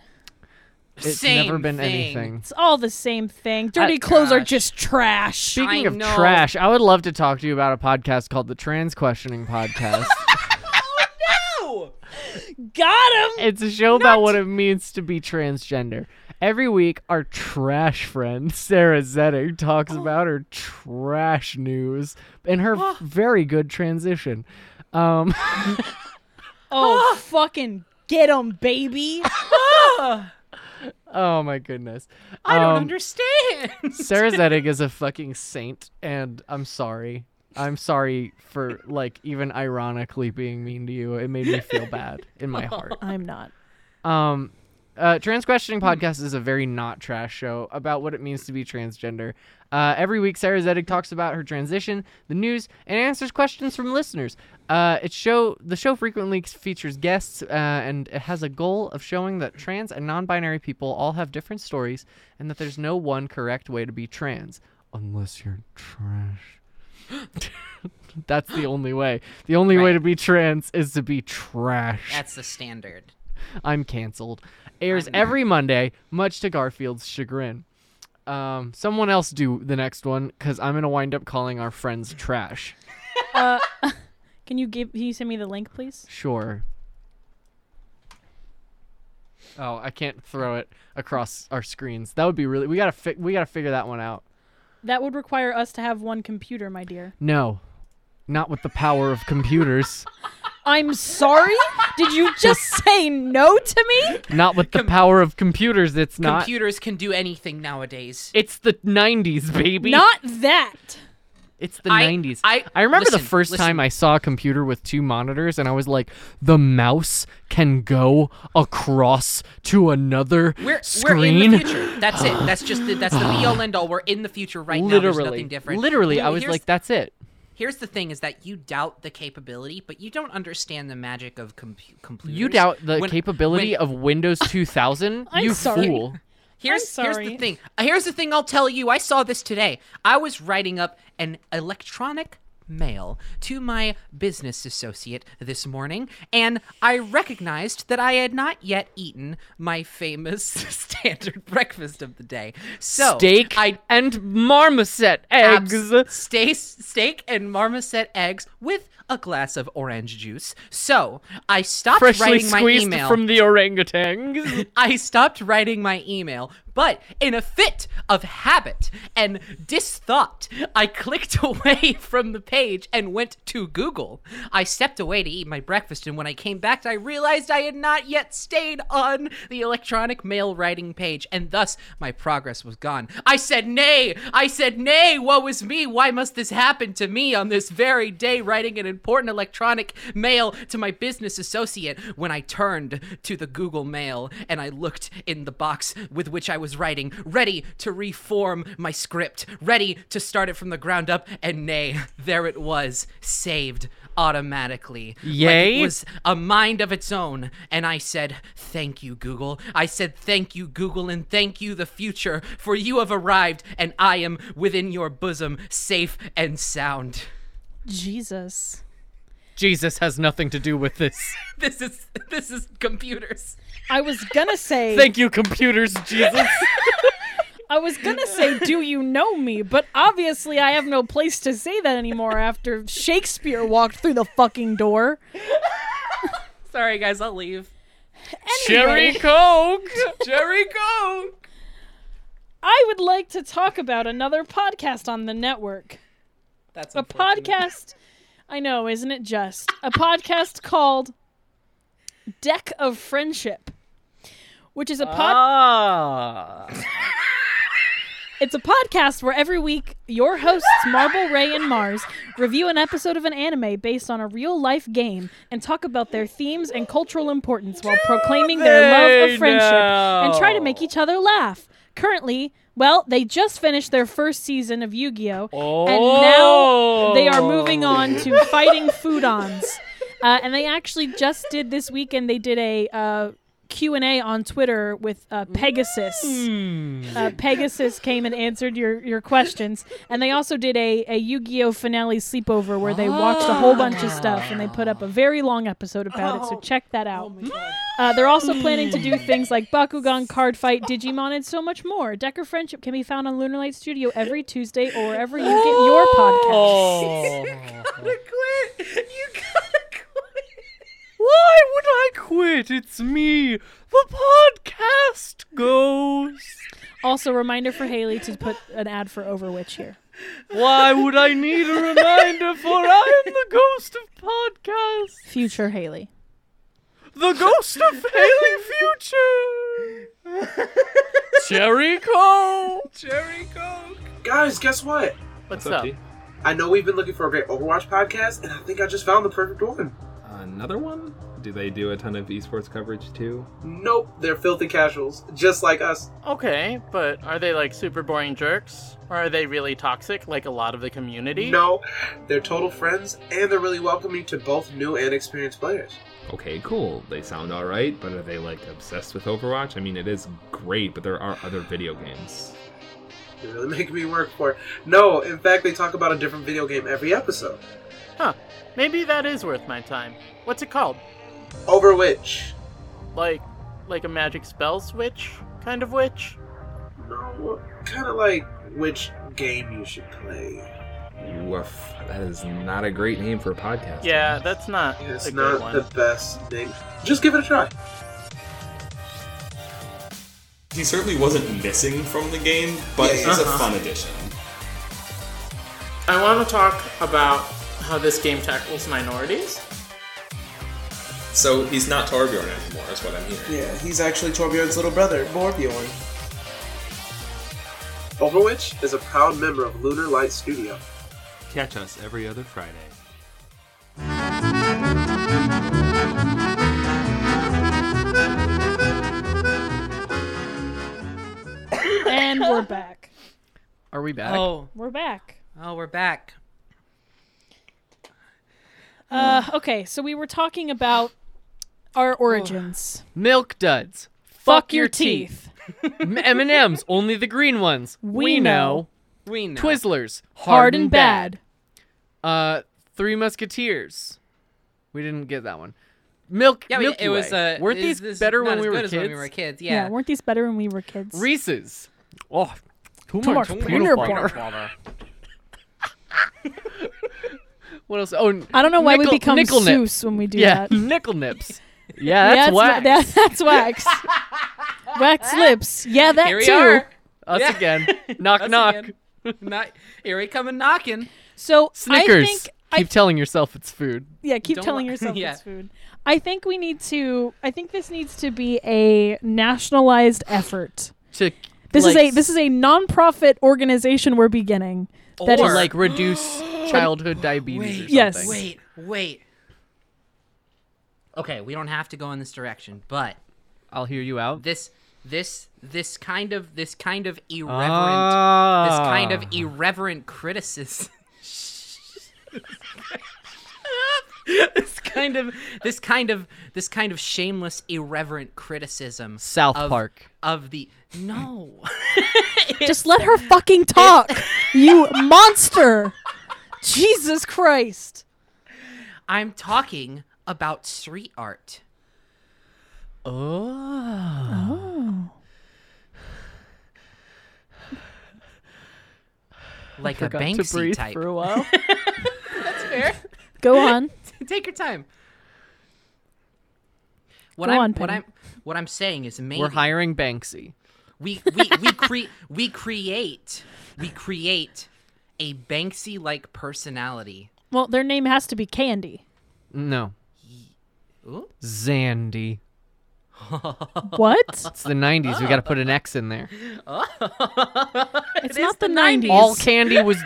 [SPEAKER 3] It's
[SPEAKER 2] Same
[SPEAKER 3] never been
[SPEAKER 2] thing.
[SPEAKER 3] anything.
[SPEAKER 1] It's all the same thing. Dirty clothes are
[SPEAKER 2] gosh.
[SPEAKER 1] just trash.
[SPEAKER 3] Speaking
[SPEAKER 2] I
[SPEAKER 3] of
[SPEAKER 2] know.
[SPEAKER 3] trash, I would love to talk to you about a podcast called the Trans Questioning Podcast.
[SPEAKER 2] No.
[SPEAKER 1] Got him.
[SPEAKER 3] it's a show about what it means to be transgender. Every week, our trash friend Sarah Zettig talks
[SPEAKER 2] Oh.
[SPEAKER 3] about her trash news and her very good transition. Um,
[SPEAKER 1] Oh, fucking get him, baby.
[SPEAKER 3] oh my goodness.
[SPEAKER 2] I don't
[SPEAKER 3] Um,
[SPEAKER 2] understand.
[SPEAKER 3] Sarah Zettig is a fucking saint, and I'm sorry. I'm sorry for like even ironically being mean to you. It made me feel bad in my heart.
[SPEAKER 1] I'm not.
[SPEAKER 3] Um, uh, Trans Questioning Podcast is a very not trash show about what it means to be transgender. Uh, every week, Sarah Zedig talks about her transition, the news, and answers questions from listeners. Uh, it show the show frequently features guests, uh, and it has a goal of showing that trans and non-binary people all have different stories, and that there's no one correct way to be trans, unless you're trash. That's the only way. The only way
[SPEAKER 2] Right.
[SPEAKER 3] to be trans is to be trash.
[SPEAKER 2] That's the standard.
[SPEAKER 3] I'm canceled. Airs every Monday, much to Garfield's chagrin. Um, someone else do the next one because I'm gonna wind up calling our friends trash.
[SPEAKER 1] Can you give? Can you send me the link, please?
[SPEAKER 3] Sure. Oh, I can't throw it across our screens. That would be really. We gotta fi- we gotta figure that one out.
[SPEAKER 1] That would require us to have one computer, my dear.
[SPEAKER 3] No, not with the power of computers.
[SPEAKER 1] I'm sorry? Did you just say no to me?
[SPEAKER 3] Not with the power of computers. It's not.
[SPEAKER 2] Computers can do anything nowadays.
[SPEAKER 3] it's the '90s, baby.
[SPEAKER 1] Not that.
[SPEAKER 3] It's the
[SPEAKER 2] I-
[SPEAKER 3] 90s.
[SPEAKER 2] I-
[SPEAKER 3] remember the
[SPEAKER 2] listen,
[SPEAKER 3] first
[SPEAKER 2] listen.
[SPEAKER 3] time I saw a computer with two monitors and I was like, the mouse can go across to another
[SPEAKER 2] We're,
[SPEAKER 3] screen.
[SPEAKER 2] we're in the future. That's it. That's just the, that's the be all end all. We're in the future right now. There's
[SPEAKER 3] literally.
[SPEAKER 2] nothing different.
[SPEAKER 3] Literally,
[SPEAKER 2] Well,
[SPEAKER 3] I was
[SPEAKER 2] here's-
[SPEAKER 3] like, that's it.
[SPEAKER 2] Here's the thing: is that you doubt the capability, but you don't understand the magic of compu- computers.
[SPEAKER 3] You doubt the
[SPEAKER 2] When-
[SPEAKER 3] capability
[SPEAKER 2] when-
[SPEAKER 3] of Windows 2000?
[SPEAKER 1] I'm
[SPEAKER 3] you
[SPEAKER 1] sorry.
[SPEAKER 3] fool.
[SPEAKER 2] Here's
[SPEAKER 1] I'm
[SPEAKER 2] here's the
[SPEAKER 1] sorry.
[SPEAKER 2] thing. Uh, Here's the thing I'll tell you. I saw this today. I was writing up an electronic mail to my business associate this morning and I recognized that I had not yet eaten my famous standard breakfast of the day. So
[SPEAKER 3] Steak
[SPEAKER 2] I
[SPEAKER 3] and marmoset
[SPEAKER 2] abs-
[SPEAKER 3] eggs.
[SPEAKER 2] Steak, steak and marmoset eggs with a glass of orange juice. So I stopped
[SPEAKER 3] Freshly
[SPEAKER 2] writing my
[SPEAKER 3] squeezed
[SPEAKER 2] email.
[SPEAKER 3] from the orangutans.
[SPEAKER 2] I stopped writing my email, but in a fit of habit and disthought, I clicked away from the page and went to Google. I stepped away to eat my breakfast, and when I came back, I realized I had not yet stayed on the electronic mail writing page, and thus my progress was gone. I said, Nay! I said, Nay! Woe is me! Why must this happen to me on this very day writing an important electronic mail to my business associate when I turned to the Google Mail and I looked in the box with which I was writing, ready to reform my script, ready to start it from the ground up, and nay, there it was, saved automatically. Like it
[SPEAKER 3] Yay.
[SPEAKER 2] was a mind of its own, and I said, Thank you, Google. I said, Thank you, Google, and thank you, the future, for you have arrived, and I am within your bosom, safe and sound.
[SPEAKER 1] Jesus.
[SPEAKER 3] Jesus has nothing to do with this.
[SPEAKER 2] This is this is computers.
[SPEAKER 1] I was gonna say
[SPEAKER 3] Thank you, computers, Jesus.
[SPEAKER 1] I was gonna say, "Do you know me?" But obviously, I have no place to say that anymore after Shakespeare walked through the fucking door.
[SPEAKER 3] Sorry, guys, I'll leave.
[SPEAKER 1] Anyway,
[SPEAKER 3] Coke! Cherry Coke!
[SPEAKER 1] I would like to talk about another podcast on the network.
[SPEAKER 3] That's
[SPEAKER 1] A podcast, I know, isn't it just? A podcast called Deck of Friendship, which is a pod.
[SPEAKER 3] Ah.
[SPEAKER 1] It's a podcast where every week your hosts, Marble, Ray, and Mars, review an episode of an anime based on a real life game and talk about their themes and cultural importance while proclaiming their love
[SPEAKER 3] they
[SPEAKER 1] of friendship and try to
[SPEAKER 3] now?
[SPEAKER 1] make each other laugh. Currently, well, they just finished their first season of Yu Gi Oh! And now they are moving on to fighting Foodons. Uh, and they actually just did this weekend, they did a. Uh, Q&A on Twitter with uh, Pegasus uh, Pegasus came and answered your, your questions. And they also did a, a Yu Gi Oh! finale sleepover where they watched a whole bunch of stuff and they put up a very long episode about it. So check that out. uh, they're also planning to do things like Bakugan, Card Fight, Digimon, and so much more. Decker Friendship can be found on Lunar Light Studio every Tuesday or wherever you get your podcast.
[SPEAKER 3] Oh.
[SPEAKER 2] quit. You gotta quit.
[SPEAKER 3] Why would I quit? It's me, the podcast ghost.
[SPEAKER 1] Also, reminder for Haley to put an ad for Overwitch here.
[SPEAKER 3] Why would I need a reminder for I am the ghost of podcast,
[SPEAKER 1] Future Haley.
[SPEAKER 3] the ghost of Haley Future. Cherry Coke.
[SPEAKER 2] Cherry Coke.
[SPEAKER 5] Guys, guess what?
[SPEAKER 6] What's up?
[SPEAKER 5] I know we've been looking for a great Overwatch podcast, and I think I just found the perfect one.
[SPEAKER 6] Another one? Do they do a ton of esports coverage too?
[SPEAKER 5] Nope, they're filthy casuals, just like us.
[SPEAKER 7] Okay, but are they like super boring jerks? Or are they really toxic, like a lot of the community?
[SPEAKER 5] No, they're total friends, and they're really welcoming to both new and experienced players.
[SPEAKER 6] Okay, cool. They sound alright, but are they like obsessed with Overwatch? I mean, it is great, but there are other video games.
[SPEAKER 5] You're really making me work for it. No, in fact, they talk about a different video game every episode.
[SPEAKER 7] Huh. Maybe that is worth my time. What's it called?
[SPEAKER 5] Overwitch.
[SPEAKER 7] Like, like a magic spell switch? Kind of witch?
[SPEAKER 5] No, kind of like which game you should play.
[SPEAKER 6] Woof, that is not a great name for a podcast.
[SPEAKER 7] Yeah, that's not
[SPEAKER 5] It's
[SPEAKER 7] a good one.
[SPEAKER 5] not the best name. Just give it a try.
[SPEAKER 8] He certainly wasn't missing from the game, but he's a fun addition.
[SPEAKER 7] Uh-huh. I want to talk about how this game tackles minorities.
[SPEAKER 8] So he's not Torbjorn anymore, is what I'm hearing.
[SPEAKER 5] Yeah, he's actually Torbjorn's little brother, Borbjorn. Overwitch is a proud member of Lunar Light Studio.
[SPEAKER 6] Catch us every other Friday.
[SPEAKER 1] And we're back.
[SPEAKER 3] Are we back?
[SPEAKER 2] Oh,
[SPEAKER 1] We're back.
[SPEAKER 2] oh, we're back.
[SPEAKER 1] Uh, okay, so we were talking about our origins.
[SPEAKER 3] Milk duds.
[SPEAKER 1] Fuck, your teeth.
[SPEAKER 3] M and M's. Only the green ones.
[SPEAKER 1] We know.
[SPEAKER 2] We know.
[SPEAKER 3] Twizzlers. Hard,
[SPEAKER 1] Hard and bad.
[SPEAKER 3] Uh, Three Musketeers. We didn't get that one. Milk.
[SPEAKER 2] Yeah, we-
[SPEAKER 3] Milky
[SPEAKER 2] it was.
[SPEAKER 3] Way.
[SPEAKER 2] Uh,
[SPEAKER 3] Weren't
[SPEAKER 2] is
[SPEAKER 3] these
[SPEAKER 2] this
[SPEAKER 3] better
[SPEAKER 2] not
[SPEAKER 3] when
[SPEAKER 2] as
[SPEAKER 3] we,
[SPEAKER 2] good
[SPEAKER 3] were
[SPEAKER 2] as
[SPEAKER 3] kids?
[SPEAKER 2] when we were kids?
[SPEAKER 1] Yeah.
[SPEAKER 2] Yeah.
[SPEAKER 1] weren't these better when we were kids?
[SPEAKER 3] Reese's. Oh, too,
[SPEAKER 1] much peanut butter.
[SPEAKER 3] What else? Oh, n-
[SPEAKER 1] I don't know why
[SPEAKER 3] nickel-
[SPEAKER 1] we become
[SPEAKER 3] nickel nips.
[SPEAKER 1] Seuss when we do
[SPEAKER 3] Yeah,
[SPEAKER 1] that.
[SPEAKER 3] nickel nips. Yeah,
[SPEAKER 1] that's
[SPEAKER 3] that's whack.
[SPEAKER 1] wa- that- that's wax. wax lips. Yeah, that
[SPEAKER 2] Here we
[SPEAKER 1] too.
[SPEAKER 2] are.
[SPEAKER 3] Us
[SPEAKER 2] Yeah.
[SPEAKER 3] again. Knock
[SPEAKER 2] Us
[SPEAKER 3] knock.
[SPEAKER 2] again. Not, here we come a knocking.
[SPEAKER 1] So I
[SPEAKER 3] Snickers.
[SPEAKER 1] think
[SPEAKER 3] Keep telling yourself it's food.
[SPEAKER 1] yeah, keep
[SPEAKER 2] Don't
[SPEAKER 1] telling
[SPEAKER 2] li-
[SPEAKER 1] yourself
[SPEAKER 2] Yeah.
[SPEAKER 1] it's food. I think we need to I think this needs to be a nationalized effort.
[SPEAKER 3] To
[SPEAKER 1] This
[SPEAKER 3] like,
[SPEAKER 1] is a this is a nonprofit organization we're beginning. that
[SPEAKER 3] to
[SPEAKER 1] is-
[SPEAKER 3] like reduce childhood diabetes. or
[SPEAKER 2] Wait,
[SPEAKER 1] Yes.
[SPEAKER 3] something.
[SPEAKER 2] Wait, wait. Okay, we don't have to go in this direction, but
[SPEAKER 3] I'll hear you out.
[SPEAKER 2] this this this kind of this kind of irreverent this
[SPEAKER 3] Ah.
[SPEAKER 2] kind of irreverent criticism this kind of this kind of this kind of shameless irreverent criticism
[SPEAKER 3] South
[SPEAKER 2] of-
[SPEAKER 3] Park.
[SPEAKER 2] of the no
[SPEAKER 1] Just let her fucking talk, you monster! Jesus Christ!
[SPEAKER 2] i'm talking about street art
[SPEAKER 3] Oh.
[SPEAKER 1] Oh.
[SPEAKER 2] like a
[SPEAKER 3] Forgot to
[SPEAKER 2] Banksy
[SPEAKER 3] breathe
[SPEAKER 2] type.
[SPEAKER 3] for a while.
[SPEAKER 2] That's fair.
[SPEAKER 1] Go on.
[SPEAKER 2] Take your time. What
[SPEAKER 1] Go
[SPEAKER 2] I'm
[SPEAKER 1] on,
[SPEAKER 2] what
[SPEAKER 1] Penny.
[SPEAKER 2] I'm what I'm saying is maybe
[SPEAKER 3] We're hiring Banksy.
[SPEAKER 2] we we we, cre- we create we create a Banksy like personality.
[SPEAKER 1] Well, their name has to be Candy.
[SPEAKER 3] No,
[SPEAKER 2] Ooh.
[SPEAKER 3] Zandy.
[SPEAKER 1] What?
[SPEAKER 3] It's the 90s. We got to put an X in there.
[SPEAKER 1] it's not the, 90s.
[SPEAKER 3] All candy was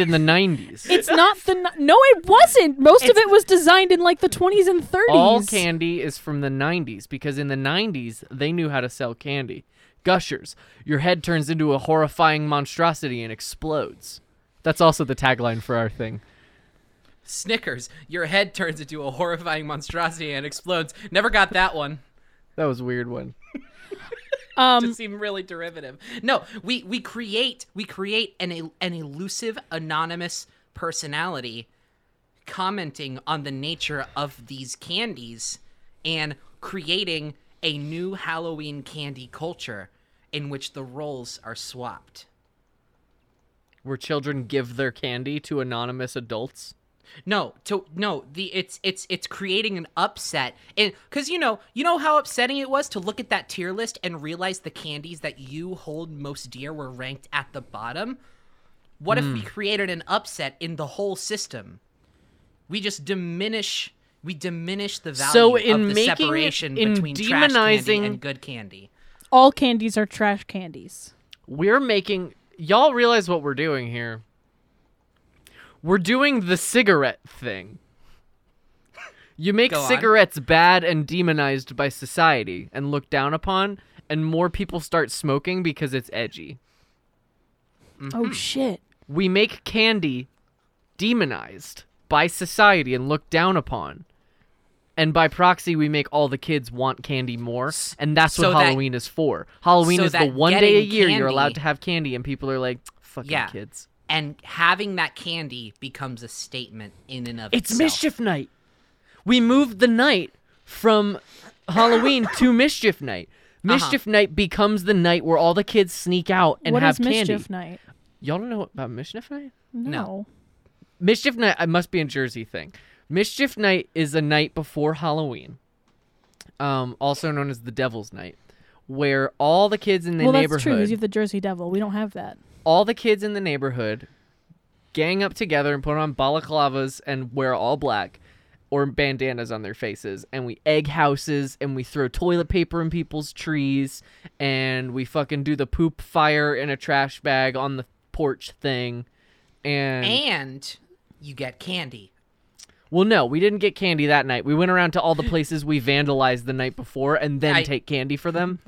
[SPEAKER 3] in the 90s.
[SPEAKER 1] it's not the ni- No, it wasn't. Most of
[SPEAKER 2] It's-
[SPEAKER 1] it was designed in like the 20s and 30s.
[SPEAKER 3] All candy is from the 90s because in the 90s they knew how to sell candy. Gushers, your head turns into a horrifying monstrosity and explodes. That's also the tagline for our thing.
[SPEAKER 2] Snickers, your head turns into a horrifying monstrosity and explodes. Never got that one.
[SPEAKER 3] That was a weird one.
[SPEAKER 1] Um,
[SPEAKER 2] Just seem really derivative. No, we we create we create an el- an elusive anonymous personality commenting on the nature of these candies and creating a new Halloween candy culture in which the roles are swapped.
[SPEAKER 3] Where children give their candy to anonymous adults.
[SPEAKER 2] No, to no, the it's it's it's creating an upset, and because you know you know how upsetting it was to look at that tier list and realize the candies that you hold most dear were ranked at the bottom. What if we
[SPEAKER 3] Hmm.
[SPEAKER 2] created an upset in the whole system? We just diminish we diminish the value
[SPEAKER 3] So in
[SPEAKER 2] of the
[SPEAKER 3] making it-
[SPEAKER 2] separation
[SPEAKER 3] in
[SPEAKER 2] between trash candy
[SPEAKER 3] demonizing-
[SPEAKER 2] and good candy.
[SPEAKER 1] all candies are trash candies.
[SPEAKER 3] We're making. Y'all realize what we're doing here. We're doing the cigarette thing. You make
[SPEAKER 2] Go on.
[SPEAKER 3] cigarettes bad and demonized by society and looked down upon, and more people start smoking because it's edgy.
[SPEAKER 1] Oh shit.
[SPEAKER 3] We make candy demonized by society and looked down upon. And by proxy, we make all the kids want candy more, and that's what
[SPEAKER 2] so that-
[SPEAKER 3] Halloween is for. Halloween
[SPEAKER 2] so
[SPEAKER 3] is the
[SPEAKER 2] that
[SPEAKER 3] one day a
[SPEAKER 2] getting
[SPEAKER 3] year you're
[SPEAKER 2] candy-
[SPEAKER 3] allowed to have candy, and people are like, "Fucking
[SPEAKER 2] Yeah.
[SPEAKER 3] kids!"
[SPEAKER 2] And having that candy becomes a statement in and of
[SPEAKER 3] It's
[SPEAKER 2] itself.
[SPEAKER 3] mischief night. We moved the night from Halloween to mischief night. Mischief night becomes the night where all the kids sneak out and
[SPEAKER 1] What is
[SPEAKER 3] have
[SPEAKER 1] mischief
[SPEAKER 3] candy.
[SPEAKER 1] night?
[SPEAKER 3] Y'all don't know about mischief night?
[SPEAKER 1] No.
[SPEAKER 3] Mischief Night. I must be in Jersey thing. Mischief Night is a night before Halloween, um, also known as the Devil's Night, where all the kids in the
[SPEAKER 1] well,
[SPEAKER 3] neighborhood,
[SPEAKER 1] that's true. 'cause You have the Jersey Devil. We don't have that.
[SPEAKER 3] all the kids in the neighborhood, gang up together and put on balaclavas and wear all black or bandanas on their faces, and we egg houses and we throw toilet paper in people's trees, and we fucking do the poop fire in a trash bag on the porch thing,
[SPEAKER 2] and you get candy.
[SPEAKER 3] Well, no, we didn't get candy that night. We went around to all the places we vandalized the night before and then
[SPEAKER 2] I-
[SPEAKER 3] take candy for them.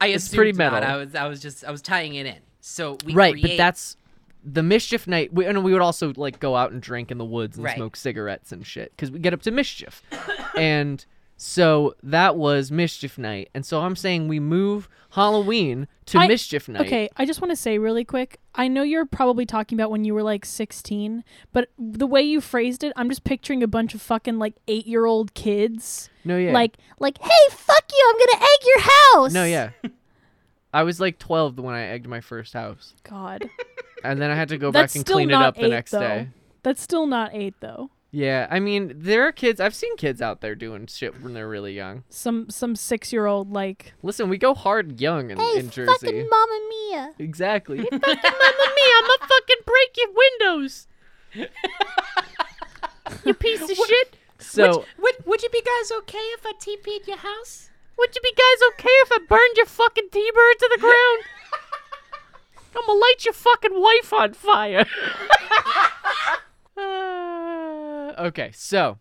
[SPEAKER 2] I
[SPEAKER 3] It's
[SPEAKER 2] assumed
[SPEAKER 3] pretty
[SPEAKER 2] not.
[SPEAKER 3] metal.
[SPEAKER 2] I was I was just I was tying it in. So we
[SPEAKER 3] right, but
[SPEAKER 2] create-
[SPEAKER 3] that's the mischief night. We, and we would also like go out and drink in the woods and
[SPEAKER 2] Right.
[SPEAKER 3] smoke cigarettes and shit because we get up to mischief. and so that was mischief night. And so I'm saying we move Halloween to
[SPEAKER 1] I-
[SPEAKER 3] mischief night.
[SPEAKER 1] Okay, I just want to say really quick. I know you're probably talking about when you were like 16, but the way you phrased it, I'm just picturing a bunch of fucking like 8-year-old kids
[SPEAKER 3] No, yeah.
[SPEAKER 1] like like, "Hey, fuck you. I'm going to egg your house."
[SPEAKER 3] no, yeah. I was like 12 when I egged my first house,
[SPEAKER 1] God.
[SPEAKER 3] and then I had to go
[SPEAKER 1] That's
[SPEAKER 3] back and
[SPEAKER 1] still
[SPEAKER 3] clean it
[SPEAKER 1] not
[SPEAKER 3] up the
[SPEAKER 1] eight,
[SPEAKER 3] next
[SPEAKER 1] though.
[SPEAKER 3] day.
[SPEAKER 1] That's still not 8 though.
[SPEAKER 3] Yeah, I mean, there are kids. I've seen kids out there doing shit when they're really young.
[SPEAKER 1] Some some 6-year-old like,
[SPEAKER 3] Listen, we go hard young in, in Jersey.
[SPEAKER 1] Mamma Mia."
[SPEAKER 3] exactly.
[SPEAKER 1] Mamma Mia, I'm gonna fucking break your windows. you piece of shit.
[SPEAKER 3] so
[SPEAKER 2] Would would you be guys okay if I TP'd your house?
[SPEAKER 1] Would you be guys okay if I burned your fucking T-bird to the ground? I'm gonna light your fucking wife on fire.
[SPEAKER 3] Uh, okay, so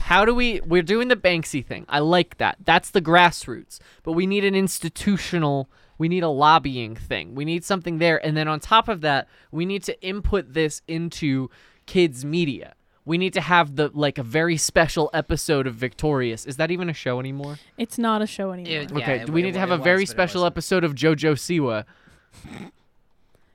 [SPEAKER 3] how do we? We're doing the Banksy thing. I like that. That's the grassroots. But we need an institutional. We need a lobbying thing. We need something there. And then on top of that, we need to input this into kids' media. We need to have the like a very special episode of Victorious. Is that even a show anymore?
[SPEAKER 1] It's not a show anymore.
[SPEAKER 2] Yeah,
[SPEAKER 3] okay,
[SPEAKER 2] it-
[SPEAKER 3] we
[SPEAKER 2] it-
[SPEAKER 3] need to have
[SPEAKER 2] it
[SPEAKER 3] a
[SPEAKER 2] was,
[SPEAKER 3] very
[SPEAKER 2] but it
[SPEAKER 3] special
[SPEAKER 2] wasn't.
[SPEAKER 3] episode of JoJo Siwa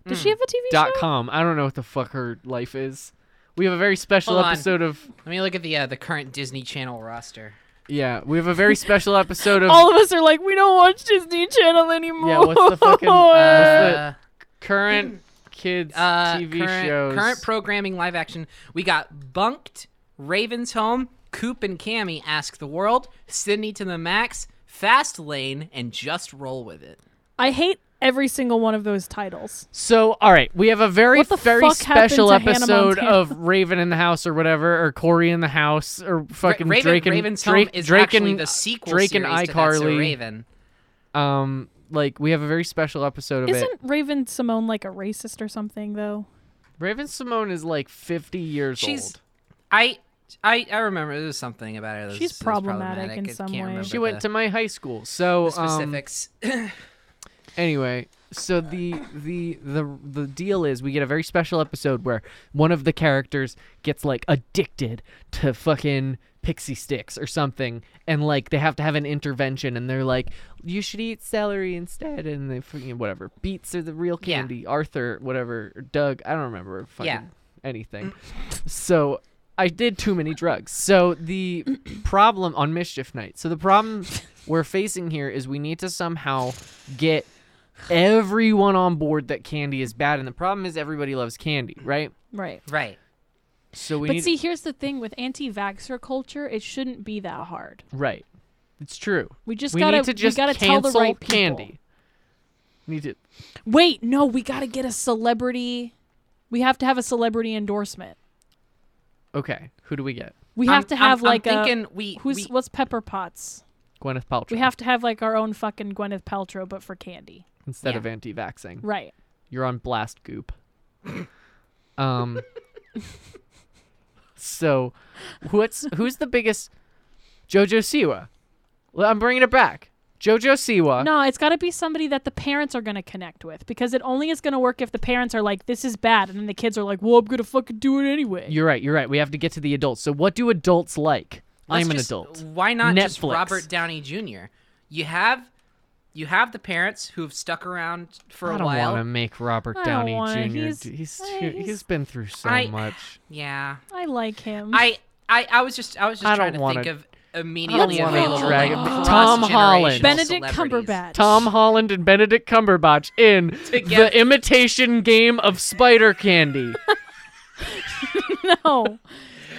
[SPEAKER 1] Does she have a TV
[SPEAKER 3] dot
[SPEAKER 1] show?
[SPEAKER 3] com. I don't know what the fuck her life is. We have a very special
[SPEAKER 2] Hold on.
[SPEAKER 3] episode of
[SPEAKER 2] Let me look at the uh, the current Disney Channel roster.
[SPEAKER 3] Yeah, we have a very special episode of
[SPEAKER 1] All of us are like, we don't watch Disney Channel anymore.
[SPEAKER 3] Yeah, what's the fucking-
[SPEAKER 1] Uh,
[SPEAKER 3] the- current kids
[SPEAKER 2] uh,
[SPEAKER 3] TV
[SPEAKER 2] current,
[SPEAKER 3] shows.
[SPEAKER 2] current programming live action. We got Bunked, Raven's Home, Coop and Cammy, Ask the World, Sydney to the Max, Fast Lane, and Just Roll with It.
[SPEAKER 1] I hate every single one of those titles.
[SPEAKER 3] so, all right, we have a very
[SPEAKER 1] What the
[SPEAKER 3] very
[SPEAKER 1] fuck happened
[SPEAKER 3] special
[SPEAKER 1] to Hannah
[SPEAKER 3] episode
[SPEAKER 1] Montana?
[SPEAKER 3] of Raven in the House or whatever, or Corey in the House or fucking
[SPEAKER 2] Ra- Raven,
[SPEAKER 3] Drake and
[SPEAKER 2] Raven's
[SPEAKER 3] Drake,
[SPEAKER 2] Home is
[SPEAKER 3] Drake
[SPEAKER 2] actually
[SPEAKER 3] and
[SPEAKER 2] the sequel
[SPEAKER 3] Drake and
[SPEAKER 2] series to That's So
[SPEAKER 3] iCarly.
[SPEAKER 2] Raven.
[SPEAKER 3] Um, like we have a very special episode of it.
[SPEAKER 1] Isn't Raven Simone like a racist or something though?
[SPEAKER 3] Raven Simone is like 50 years
[SPEAKER 2] She's
[SPEAKER 3] old.
[SPEAKER 2] I. I, I remember there was something about her. that was-
[SPEAKER 1] She's
[SPEAKER 2] that was
[SPEAKER 1] problematic in
[SPEAKER 2] I
[SPEAKER 1] some way.
[SPEAKER 2] can't remember
[SPEAKER 1] She
[SPEAKER 3] She went
[SPEAKER 2] the-
[SPEAKER 3] to my high school. So um,
[SPEAKER 2] the specifics.
[SPEAKER 3] anyway so the the the the deal is we get a very special episode where one of the characters gets like addicted to fucking pixie sticks or something and like they have to have an intervention and they're like you should eat celery instead and they fucking whatever beets are the real
[SPEAKER 2] Yeah.
[SPEAKER 3] candy arthur whatever or doug i don't remember fucking
[SPEAKER 2] Yeah.
[SPEAKER 3] anything so I did too many drugs. So the problem on mischief night. So the problem we're facing here is we need to somehow get everyone on board that candy is bad, and the problem is everybody loves candy, right?
[SPEAKER 1] Right.
[SPEAKER 2] right.
[SPEAKER 3] So we
[SPEAKER 1] but
[SPEAKER 3] need
[SPEAKER 1] see, here's the thing with anti-vaxxer culture, it shouldn't be that hard.
[SPEAKER 3] right. It's true.
[SPEAKER 1] We just
[SPEAKER 3] we
[SPEAKER 1] gotta
[SPEAKER 3] need to just
[SPEAKER 1] we gotta tell
[SPEAKER 3] cancel
[SPEAKER 1] the right people.
[SPEAKER 3] candy. Need to
[SPEAKER 1] Wait, no, we gotta get a celebrity. We have to have a celebrity endorsement.
[SPEAKER 3] okay. Who do we get?
[SPEAKER 1] We
[SPEAKER 2] I'm-
[SPEAKER 1] have to have
[SPEAKER 2] I'm,
[SPEAKER 1] like
[SPEAKER 2] I'm
[SPEAKER 1] a
[SPEAKER 2] thinking we
[SPEAKER 1] who's
[SPEAKER 2] we,
[SPEAKER 1] what's Pepper Potts.
[SPEAKER 3] Gwyneth Paltrow.
[SPEAKER 1] We have to have like our own fucking Gwyneth Paltrow, but for candy.
[SPEAKER 3] instead
[SPEAKER 2] yeah.
[SPEAKER 3] of anti-vaxxing.
[SPEAKER 1] Right.
[SPEAKER 3] You're on blast goop. um. so, what's who's the biggest? JoJo Siwa. Well, I'm bringing it back. JoJo Siwa.
[SPEAKER 1] No, it's got to be somebody that the parents are going to connect with because it only is going to work if the parents are like, this is bad. And then the kids are like, well, I'm going to fucking do it anyway.
[SPEAKER 3] You're right. You're right. We have to get to the adults. So, what do adults like?
[SPEAKER 2] Let's
[SPEAKER 3] I'm an
[SPEAKER 2] just-
[SPEAKER 3] adult.
[SPEAKER 2] Why not just
[SPEAKER 3] Netflix.
[SPEAKER 2] Robert Downey Jr.? You have you have the parents who've stuck around for a
[SPEAKER 3] I don't
[SPEAKER 2] while.
[SPEAKER 3] want to make Robert
[SPEAKER 1] I don't
[SPEAKER 3] Downey
[SPEAKER 1] wanna.
[SPEAKER 3] Jr.
[SPEAKER 1] He's-
[SPEAKER 3] do- he's,
[SPEAKER 1] I-
[SPEAKER 3] he-
[SPEAKER 1] he's-
[SPEAKER 3] he's been through so
[SPEAKER 2] I-
[SPEAKER 3] much.
[SPEAKER 2] Yeah.
[SPEAKER 1] I like him.
[SPEAKER 2] I I, I was just I was just
[SPEAKER 3] I
[SPEAKER 2] trying
[SPEAKER 3] don't
[SPEAKER 2] to
[SPEAKER 3] wanna-
[SPEAKER 2] think of immediately
[SPEAKER 1] wanna
[SPEAKER 2] available
[SPEAKER 1] drag
[SPEAKER 2] like,
[SPEAKER 1] him-
[SPEAKER 2] cross-generational
[SPEAKER 3] Tom Holland.
[SPEAKER 1] Benedict
[SPEAKER 2] celebrities.
[SPEAKER 1] Cumberbatch.
[SPEAKER 3] Tom Holland and Benedict Cumberbatch in
[SPEAKER 2] Together.
[SPEAKER 3] the imitation game of spider candy.
[SPEAKER 1] No.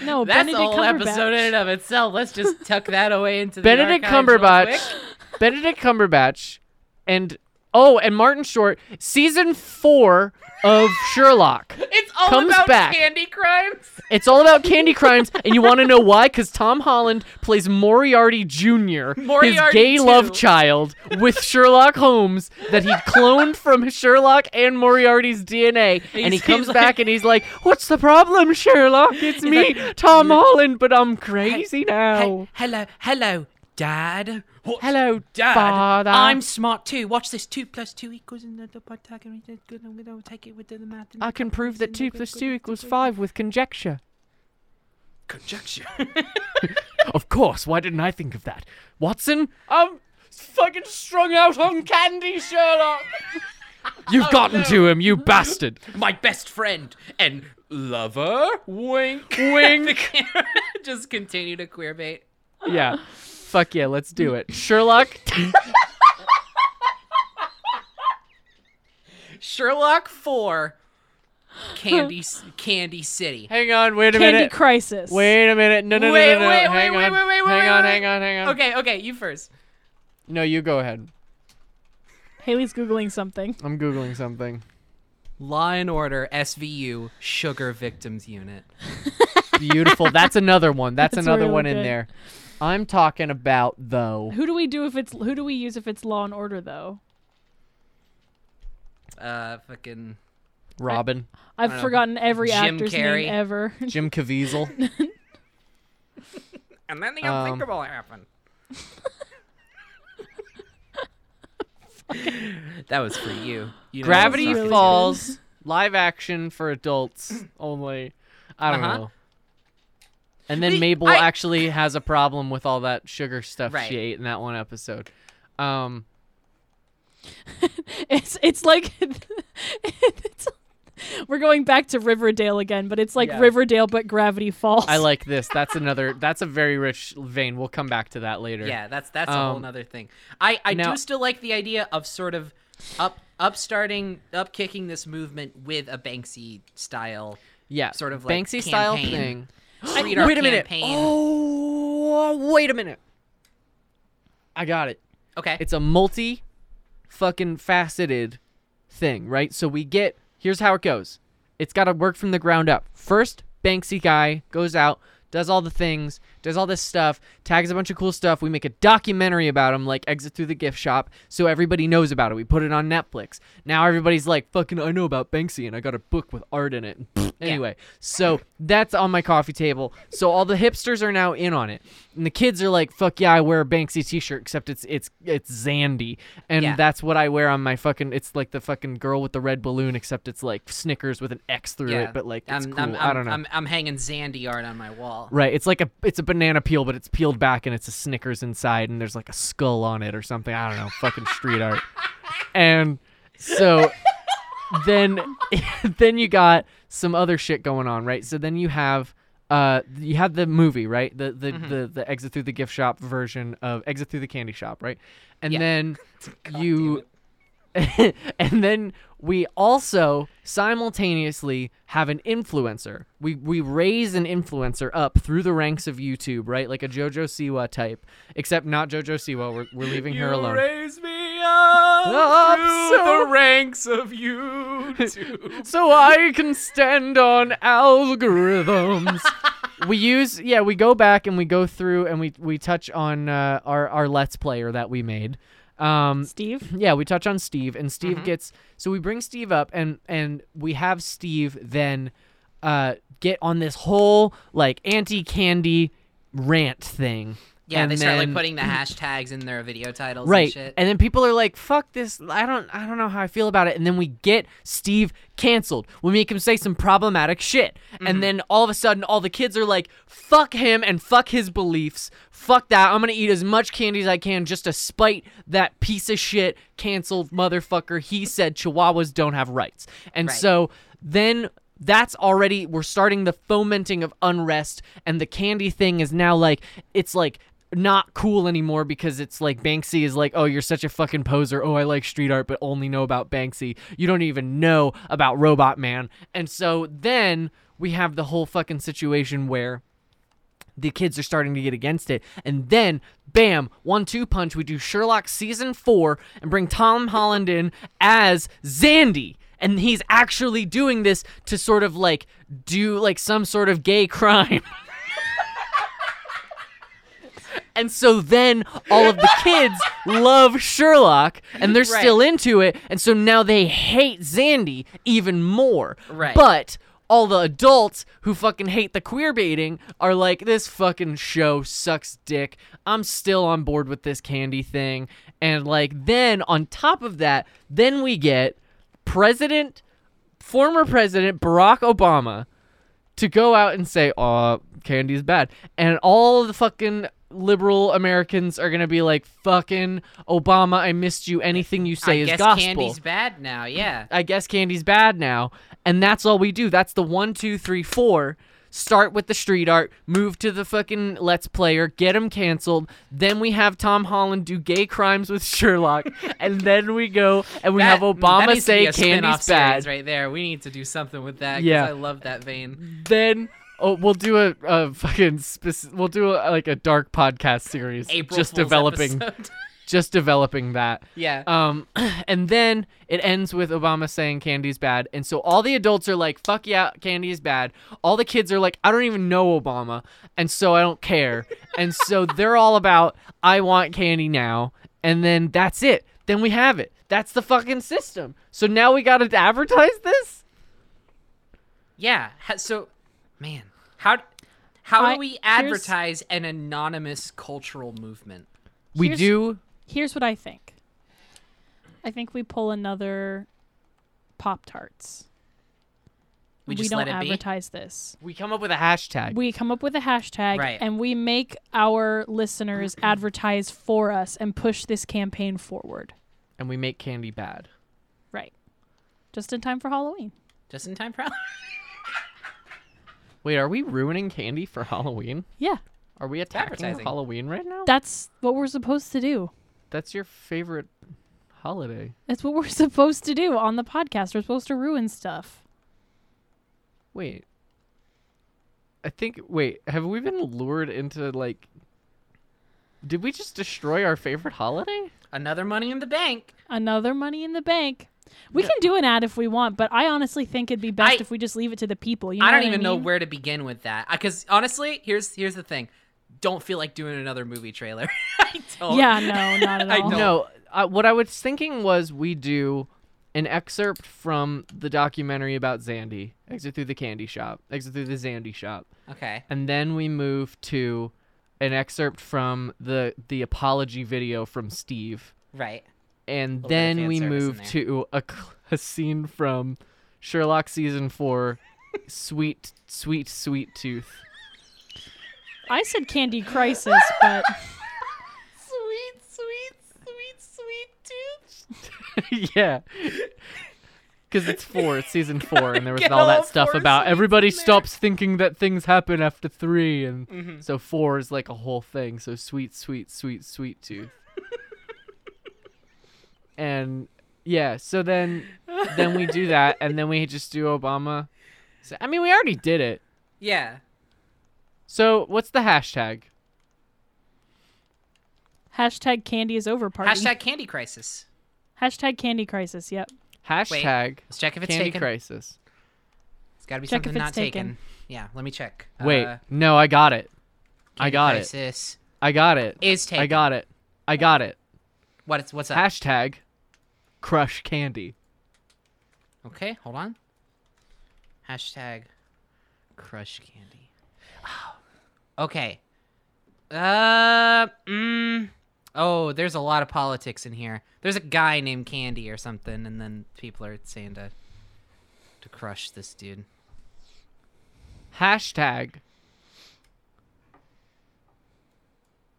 [SPEAKER 1] No,
[SPEAKER 2] That's a
[SPEAKER 1] Benedict
[SPEAKER 2] whole
[SPEAKER 1] Cumberbatch.
[SPEAKER 2] episode in and of itself. Let's just tuck that away into the
[SPEAKER 3] Benedict
[SPEAKER 2] archives real
[SPEAKER 3] Cumberbatch,
[SPEAKER 2] quick.
[SPEAKER 3] Benedict Cumberbatch, and oh, and Martin Short, season four of Sherlock.
[SPEAKER 2] It's all
[SPEAKER 3] comes
[SPEAKER 2] about
[SPEAKER 3] back.
[SPEAKER 2] candy crimes.
[SPEAKER 3] It's all about candy crimes, and you want to know why? Because Tom Holland plays Moriarty Jr., his
[SPEAKER 2] Moriarty
[SPEAKER 3] gay
[SPEAKER 2] too.
[SPEAKER 3] love child, with Sherlock Holmes that he cloned from Sherlock and Moriarty's DNA, and he
[SPEAKER 2] He's-
[SPEAKER 3] comes
[SPEAKER 2] he's
[SPEAKER 3] back
[SPEAKER 2] like-
[SPEAKER 3] and he's like, "What's the problem, Sherlock? It's me, Tom Holland, but I'm crazy now."
[SPEAKER 2] Hey, hello, hello, Dad. What's-
[SPEAKER 3] Hello,
[SPEAKER 2] Dad.
[SPEAKER 3] Father.
[SPEAKER 2] I'm smart too. Watch this. Two plus two equals in the the Pythagorean. Good, I'm gonna take it with the math.
[SPEAKER 3] I can prove that two plus two equals five with conjecture.
[SPEAKER 4] Conjecture.
[SPEAKER 3] Of course. Why didn't I think of that, Watson? I'm fucking strung out on candy, Sherlock. You've gotten to him, you bastard.
[SPEAKER 2] Oh, My best friend and
[SPEAKER 4] Lover? Wink.
[SPEAKER 2] the camera just continue to queer bait.
[SPEAKER 3] yeah. Fuck yeah, let's do it, Sherlock.
[SPEAKER 2] Sherlock Four, Candy C- Candy City.
[SPEAKER 3] hang on, wait a
[SPEAKER 1] Candy
[SPEAKER 3] minute.
[SPEAKER 1] Crisis.
[SPEAKER 3] Wait a minute. No, no,
[SPEAKER 2] Wait,
[SPEAKER 3] no, no, no.
[SPEAKER 2] wait, wait,
[SPEAKER 3] hang
[SPEAKER 2] wait, wait, wait,
[SPEAKER 3] on.
[SPEAKER 2] wait,
[SPEAKER 3] hang
[SPEAKER 2] wait,
[SPEAKER 3] on,
[SPEAKER 2] wait.
[SPEAKER 3] hang on, hang on.
[SPEAKER 2] Okay, okay, you first.
[SPEAKER 3] No, you go ahead.
[SPEAKER 1] Haley's Googling something.
[SPEAKER 3] I'm googling something.
[SPEAKER 2] Law and Order SVU Sugar Victims Unit.
[SPEAKER 3] Beautiful. That's another one. That's,
[SPEAKER 1] That's
[SPEAKER 3] another
[SPEAKER 1] really
[SPEAKER 3] one in
[SPEAKER 1] good.
[SPEAKER 3] there. I'm talking about though.
[SPEAKER 1] Who do we do if it's who do we use if it's Law and Order though?
[SPEAKER 2] Uh, fucking
[SPEAKER 3] Robin,
[SPEAKER 1] I've
[SPEAKER 2] know.
[SPEAKER 1] forgotten every
[SPEAKER 2] Jim
[SPEAKER 1] actor's
[SPEAKER 2] Carrey.
[SPEAKER 1] name ever.
[SPEAKER 3] Jim Caviezel.
[SPEAKER 2] And then the
[SPEAKER 3] Um,
[SPEAKER 2] unthinkable happened. that was for you. you know
[SPEAKER 3] Gravity
[SPEAKER 2] what's
[SPEAKER 1] really
[SPEAKER 2] not-
[SPEAKER 3] Falls, live action for adults only. I don't
[SPEAKER 2] Uh-huh.
[SPEAKER 3] know. And then
[SPEAKER 2] The-
[SPEAKER 3] Mabel
[SPEAKER 2] I-
[SPEAKER 3] actually has a problem with all that sugar stuff
[SPEAKER 2] Right.
[SPEAKER 3] she ate in that one episode. Um,
[SPEAKER 1] It's it's like it's We're going back to Riverdale again, but it's like
[SPEAKER 3] Yeah.
[SPEAKER 1] Riverdale but Gravity Falls.
[SPEAKER 3] I like this. That's another. That's a very rich vein. We'll come back to that later.
[SPEAKER 2] Yeah, that's that's a
[SPEAKER 3] Um,
[SPEAKER 2] whole other thing. I I
[SPEAKER 3] now-
[SPEAKER 2] do still like the idea of sort of up upstarting upkicking this movement with a Banksy style
[SPEAKER 3] yeah.
[SPEAKER 2] sort of, like,
[SPEAKER 3] Banksy style
[SPEAKER 2] campaign.
[SPEAKER 3] thing.
[SPEAKER 2] street
[SPEAKER 3] I-
[SPEAKER 2] art
[SPEAKER 3] wait a minute.
[SPEAKER 2] campaign.
[SPEAKER 3] Oh, wait a minute. I got it.
[SPEAKER 2] Okay,
[SPEAKER 3] It's a multi, fucking faceted thing, right? So we get. Here's how it goes. It's got to work from the ground up. First, Banksy guy goes out, does all the things, does all this stuff, tags a bunch of cool stuff. We make a documentary about him, like Exit Through the Gift Shop, so everybody knows about it. We put it on Netflix. Now everybody's like, fucking, I know about Banksy, and I got a book with art in it. anyway, so that's on my coffee table. So all the hipsters are now in on it, and the kids are like, fuck yeah, I wear a Banksy T-shirt, except it's it's it's Zandy, and
[SPEAKER 2] Yeah.
[SPEAKER 3] that's what I wear on my fucking. It's like the fucking girl with the red balloon, except it's like Snickers with an X through
[SPEAKER 2] yeah,
[SPEAKER 3] it, but like it's
[SPEAKER 2] I'm,
[SPEAKER 3] cool.
[SPEAKER 2] I'm,
[SPEAKER 3] I don't know.
[SPEAKER 2] I'm, I'm hanging Zandy art on my wall.
[SPEAKER 3] Right. It's like a it's a banana peel, but it's peeled back and it's a Snickers inside, and there's like a skull on it or something. I don't know. Fucking street art. And so then then you got some other shit going on, right? So then you have uh you have the movie, right? The the
[SPEAKER 2] Mm-hmm.
[SPEAKER 3] the, the exit through the gift shop version of exit through the candy shop, right? And
[SPEAKER 2] Yeah.
[SPEAKER 3] then you and then we also simultaneously have an influencer. We we raise an influencer up through the ranks of YouTube, right? Like a JoJo Siwa type, except not JoJo Siwa. We're, we're leaving her alone.
[SPEAKER 4] Raise me up,
[SPEAKER 3] Up
[SPEAKER 4] through
[SPEAKER 3] so-
[SPEAKER 4] the ranks of you.
[SPEAKER 3] so I can stand on algorithms. we use yeah, we go back and we go through and we we touch on uh, our our let's player that we made. Um,
[SPEAKER 1] Steve.
[SPEAKER 3] yeah, we touch on Steve, and Steve
[SPEAKER 2] Mm-hmm.
[SPEAKER 3] gets so we bring Steve up, and and we have Steve then uh, get on this whole like anti candy rant thing.
[SPEAKER 2] Yeah,
[SPEAKER 3] and
[SPEAKER 2] they start
[SPEAKER 3] then-
[SPEAKER 2] like putting the hashtags in their video titles
[SPEAKER 3] right
[SPEAKER 2] and shit.
[SPEAKER 3] and then people are like fuck this i don't i don't know how i feel about it and then we get steve canceled we make him say some problematic shit
[SPEAKER 2] Mm-hmm.
[SPEAKER 3] and then all of a sudden all the kids are like fuck him and fuck his beliefs fuck that i'm gonna eat as much candy as i can just to spite that piece of shit canceled motherfucker he said chihuahuas don't have rights and
[SPEAKER 2] Right.
[SPEAKER 3] so then that's already we're starting the fomenting of unrest and the candy thing is now like it's like not cool anymore because it's like Banksy is like, oh, you're such a fucking poser. Oh, I like street art, but only know about Banksy. You don't even know about Robot Man. And so then we have the whole fucking situation where the kids are starting to get against it. And then, bam, one two punch, we do Sherlock season four and bring Tom Holland in as Zandy. And he's actually doing this to sort of like do like some sort of gay crime. And so then all of the kids love Sherlock and they're still into it. And so now they hate Zandy even more.
[SPEAKER 2] Right.
[SPEAKER 3] But all the adults who fucking hate the queer baiting are like, this fucking show sucks dick. I'm still on board with this candy thing. And like, then on top of that, then we get President, former President Barack Obama to go out and say, "Uh, candy is bad," and all of the fucking liberal Americans are gonna be like, "Fucking Obama, I missed you. Anything you say
[SPEAKER 2] I
[SPEAKER 3] is
[SPEAKER 2] guess
[SPEAKER 3] gospel."
[SPEAKER 2] candy's bad now. Yeah.
[SPEAKER 3] I guess candy's bad now, and that's all we do. That's the one, two, three, four. Start with the street art, move to the fucking Let's Player, get him canceled. Then we have Tom Holland do gay crimes with Sherlock, and then we go and we
[SPEAKER 2] That-
[SPEAKER 3] have
[SPEAKER 2] that
[SPEAKER 3] Obama
[SPEAKER 2] needs to be
[SPEAKER 3] say
[SPEAKER 2] a
[SPEAKER 3] candy's
[SPEAKER 2] spin-off series
[SPEAKER 3] bad.
[SPEAKER 2] right there. We need to do something with that. 'cause
[SPEAKER 3] Yeah.
[SPEAKER 2] I love that vein.
[SPEAKER 3] then oh, we'll do a, a fucking speci- we'll do a, like a dark podcast series
[SPEAKER 2] April
[SPEAKER 3] just
[SPEAKER 2] Fool's
[SPEAKER 3] developing
[SPEAKER 2] episode.
[SPEAKER 3] just developing that
[SPEAKER 2] yeah.
[SPEAKER 3] um and then it ends with obama saying candy's bad and so all the adults are like fuck yeah candy is bad all the kids are like i don't even know obama and so i don't care and so they're all about i want candy now and then that's it then we have it that's the fucking system so now we gotta advertise this
[SPEAKER 2] Yeah. ha- So, man, how how
[SPEAKER 1] I-
[SPEAKER 2] do we
[SPEAKER 1] here's-
[SPEAKER 2] advertise an anonymous cultural movement?
[SPEAKER 3] we
[SPEAKER 1] Here's-
[SPEAKER 3] do
[SPEAKER 1] Here's what I think. I think we pull another Pop Tarts.
[SPEAKER 2] We just
[SPEAKER 1] don't
[SPEAKER 2] let it be?
[SPEAKER 1] advertise this.
[SPEAKER 3] we come up with a hashtag
[SPEAKER 1] We come up with a hashtag
[SPEAKER 2] Right.
[SPEAKER 1] and we make our listeners advertise for us and push this campaign forward.
[SPEAKER 3] and we make candy bad
[SPEAKER 1] Right. Just in time for Halloween.
[SPEAKER 2] Just in time prowler.
[SPEAKER 3] Wait, are we ruining candy for Halloween?
[SPEAKER 1] Yeah,
[SPEAKER 3] Are we attacking
[SPEAKER 2] advertising.
[SPEAKER 3] Halloween right now?
[SPEAKER 1] that's what we're supposed to do.
[SPEAKER 3] That's your favorite holiday.
[SPEAKER 1] That's what we're supposed to do on the podcast. We're supposed to ruin stuff.
[SPEAKER 3] Wait. I think wait, have we been lured into like Did we just destroy our favorite holiday?
[SPEAKER 2] Another money in the bank.
[SPEAKER 1] Another money in the bank. We can do an ad if we want, but I honestly think it'd be best
[SPEAKER 2] I-
[SPEAKER 1] if we just leave it to the people. You
[SPEAKER 2] I don't
[SPEAKER 1] what
[SPEAKER 2] even know
[SPEAKER 1] mean?
[SPEAKER 2] where to begin with that. Because honestly, here's here's the thing. Don't feel like doing another movie trailer. I don't.
[SPEAKER 1] Yeah, no, not at
[SPEAKER 2] I
[SPEAKER 1] all.
[SPEAKER 2] don't.
[SPEAKER 3] No, I, what I was thinking was we do an excerpt from the documentary about Zandy, Exit Through the Candy Shop, Exit Through the Zandy Shop,
[SPEAKER 2] Okay.
[SPEAKER 3] and then we move to an excerpt from the the apology video from Steve,
[SPEAKER 2] Right.
[SPEAKER 3] and
[SPEAKER 2] bit of
[SPEAKER 3] then
[SPEAKER 2] fan
[SPEAKER 3] we
[SPEAKER 2] service in
[SPEAKER 3] move
[SPEAKER 2] there.
[SPEAKER 3] to a, cl- a scene from Sherlock season four, sweet, sweet, sweet tooth.
[SPEAKER 1] I said Candy Crisis, but
[SPEAKER 2] Sweet, sweet, sweet, sweet tooth.
[SPEAKER 3] yeah. Because it's four, it's season four, and there was
[SPEAKER 2] Get
[SPEAKER 3] all
[SPEAKER 2] all
[SPEAKER 3] that stuff
[SPEAKER 2] four
[SPEAKER 3] about
[SPEAKER 2] seasons
[SPEAKER 3] everybody
[SPEAKER 2] in there. Mm-hmm.
[SPEAKER 3] stops thinking that things happen after three, and so four is like a whole thing. So sweet, sweet, sweet, sweet tooth. and yeah, so then then we do that, and then we just do Obama. So, I mean, we already did it.
[SPEAKER 2] Yeah.
[SPEAKER 3] So what's the hashtag?
[SPEAKER 1] hashtag Candy is over party.
[SPEAKER 2] Hashtag candy crisis.
[SPEAKER 1] Hashtag Candy Crisis. Yep.
[SPEAKER 3] Hashtag
[SPEAKER 2] Let's check if it's
[SPEAKER 3] Candy
[SPEAKER 2] taken.
[SPEAKER 3] Crisis.
[SPEAKER 2] It's got to be
[SPEAKER 1] Check if
[SPEAKER 2] something
[SPEAKER 1] it's
[SPEAKER 2] not taken.
[SPEAKER 1] taken.
[SPEAKER 2] Yeah. Let me check.
[SPEAKER 3] Wait,
[SPEAKER 2] Uh,
[SPEAKER 3] no, I got it. I
[SPEAKER 2] candy
[SPEAKER 3] got it.
[SPEAKER 2] crisis
[SPEAKER 3] I got it.
[SPEAKER 2] Is taken.
[SPEAKER 3] I got it. I got it.
[SPEAKER 2] What's what's up?
[SPEAKER 3] Hashtag crush candy.
[SPEAKER 2] Okay, hold on. Hashtag crush candy. Oh, okay. Uh, mm, oh, there's a lot of politics in here. There's a guy named Candy or something, and then people are saying to to crush this dude.
[SPEAKER 3] Hashtag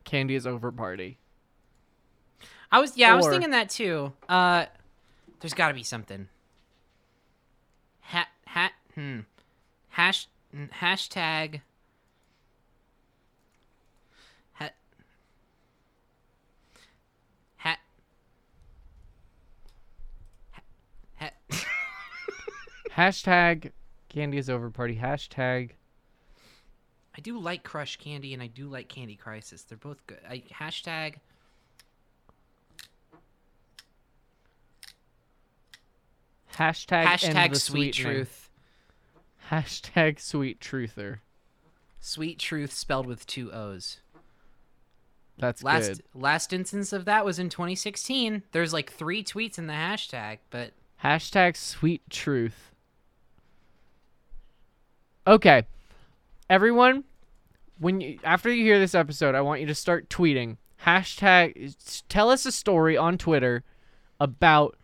[SPEAKER 3] candy is over party.
[SPEAKER 2] I was yeah, I was
[SPEAKER 3] Or-
[SPEAKER 2] thinking that too. Uh, there's got to be something. Hat hat hmm, hash mm, hashtag. Hat hat hat. hat-
[SPEAKER 3] Hashtag candy is over party. Hashtag
[SPEAKER 2] I do like Crush Candy and I do like Candy Crisis. They're both good. I, hashtag.
[SPEAKER 3] hashtag end
[SPEAKER 2] Hashtag
[SPEAKER 3] the
[SPEAKER 2] sweet
[SPEAKER 3] sweetening.
[SPEAKER 2] truth.
[SPEAKER 3] Hashtag sweet truther.
[SPEAKER 2] Sweet truth spelled with two O's.
[SPEAKER 3] That's
[SPEAKER 2] last
[SPEAKER 3] good.
[SPEAKER 2] last instance of that was in 2016 there's like three tweets in the hashtag but
[SPEAKER 3] Hashtag sweet truth. Okay. Everyone, when you after you hear this episode, I want you to start tweeting. Hashtag s- tell us a story on Twitter about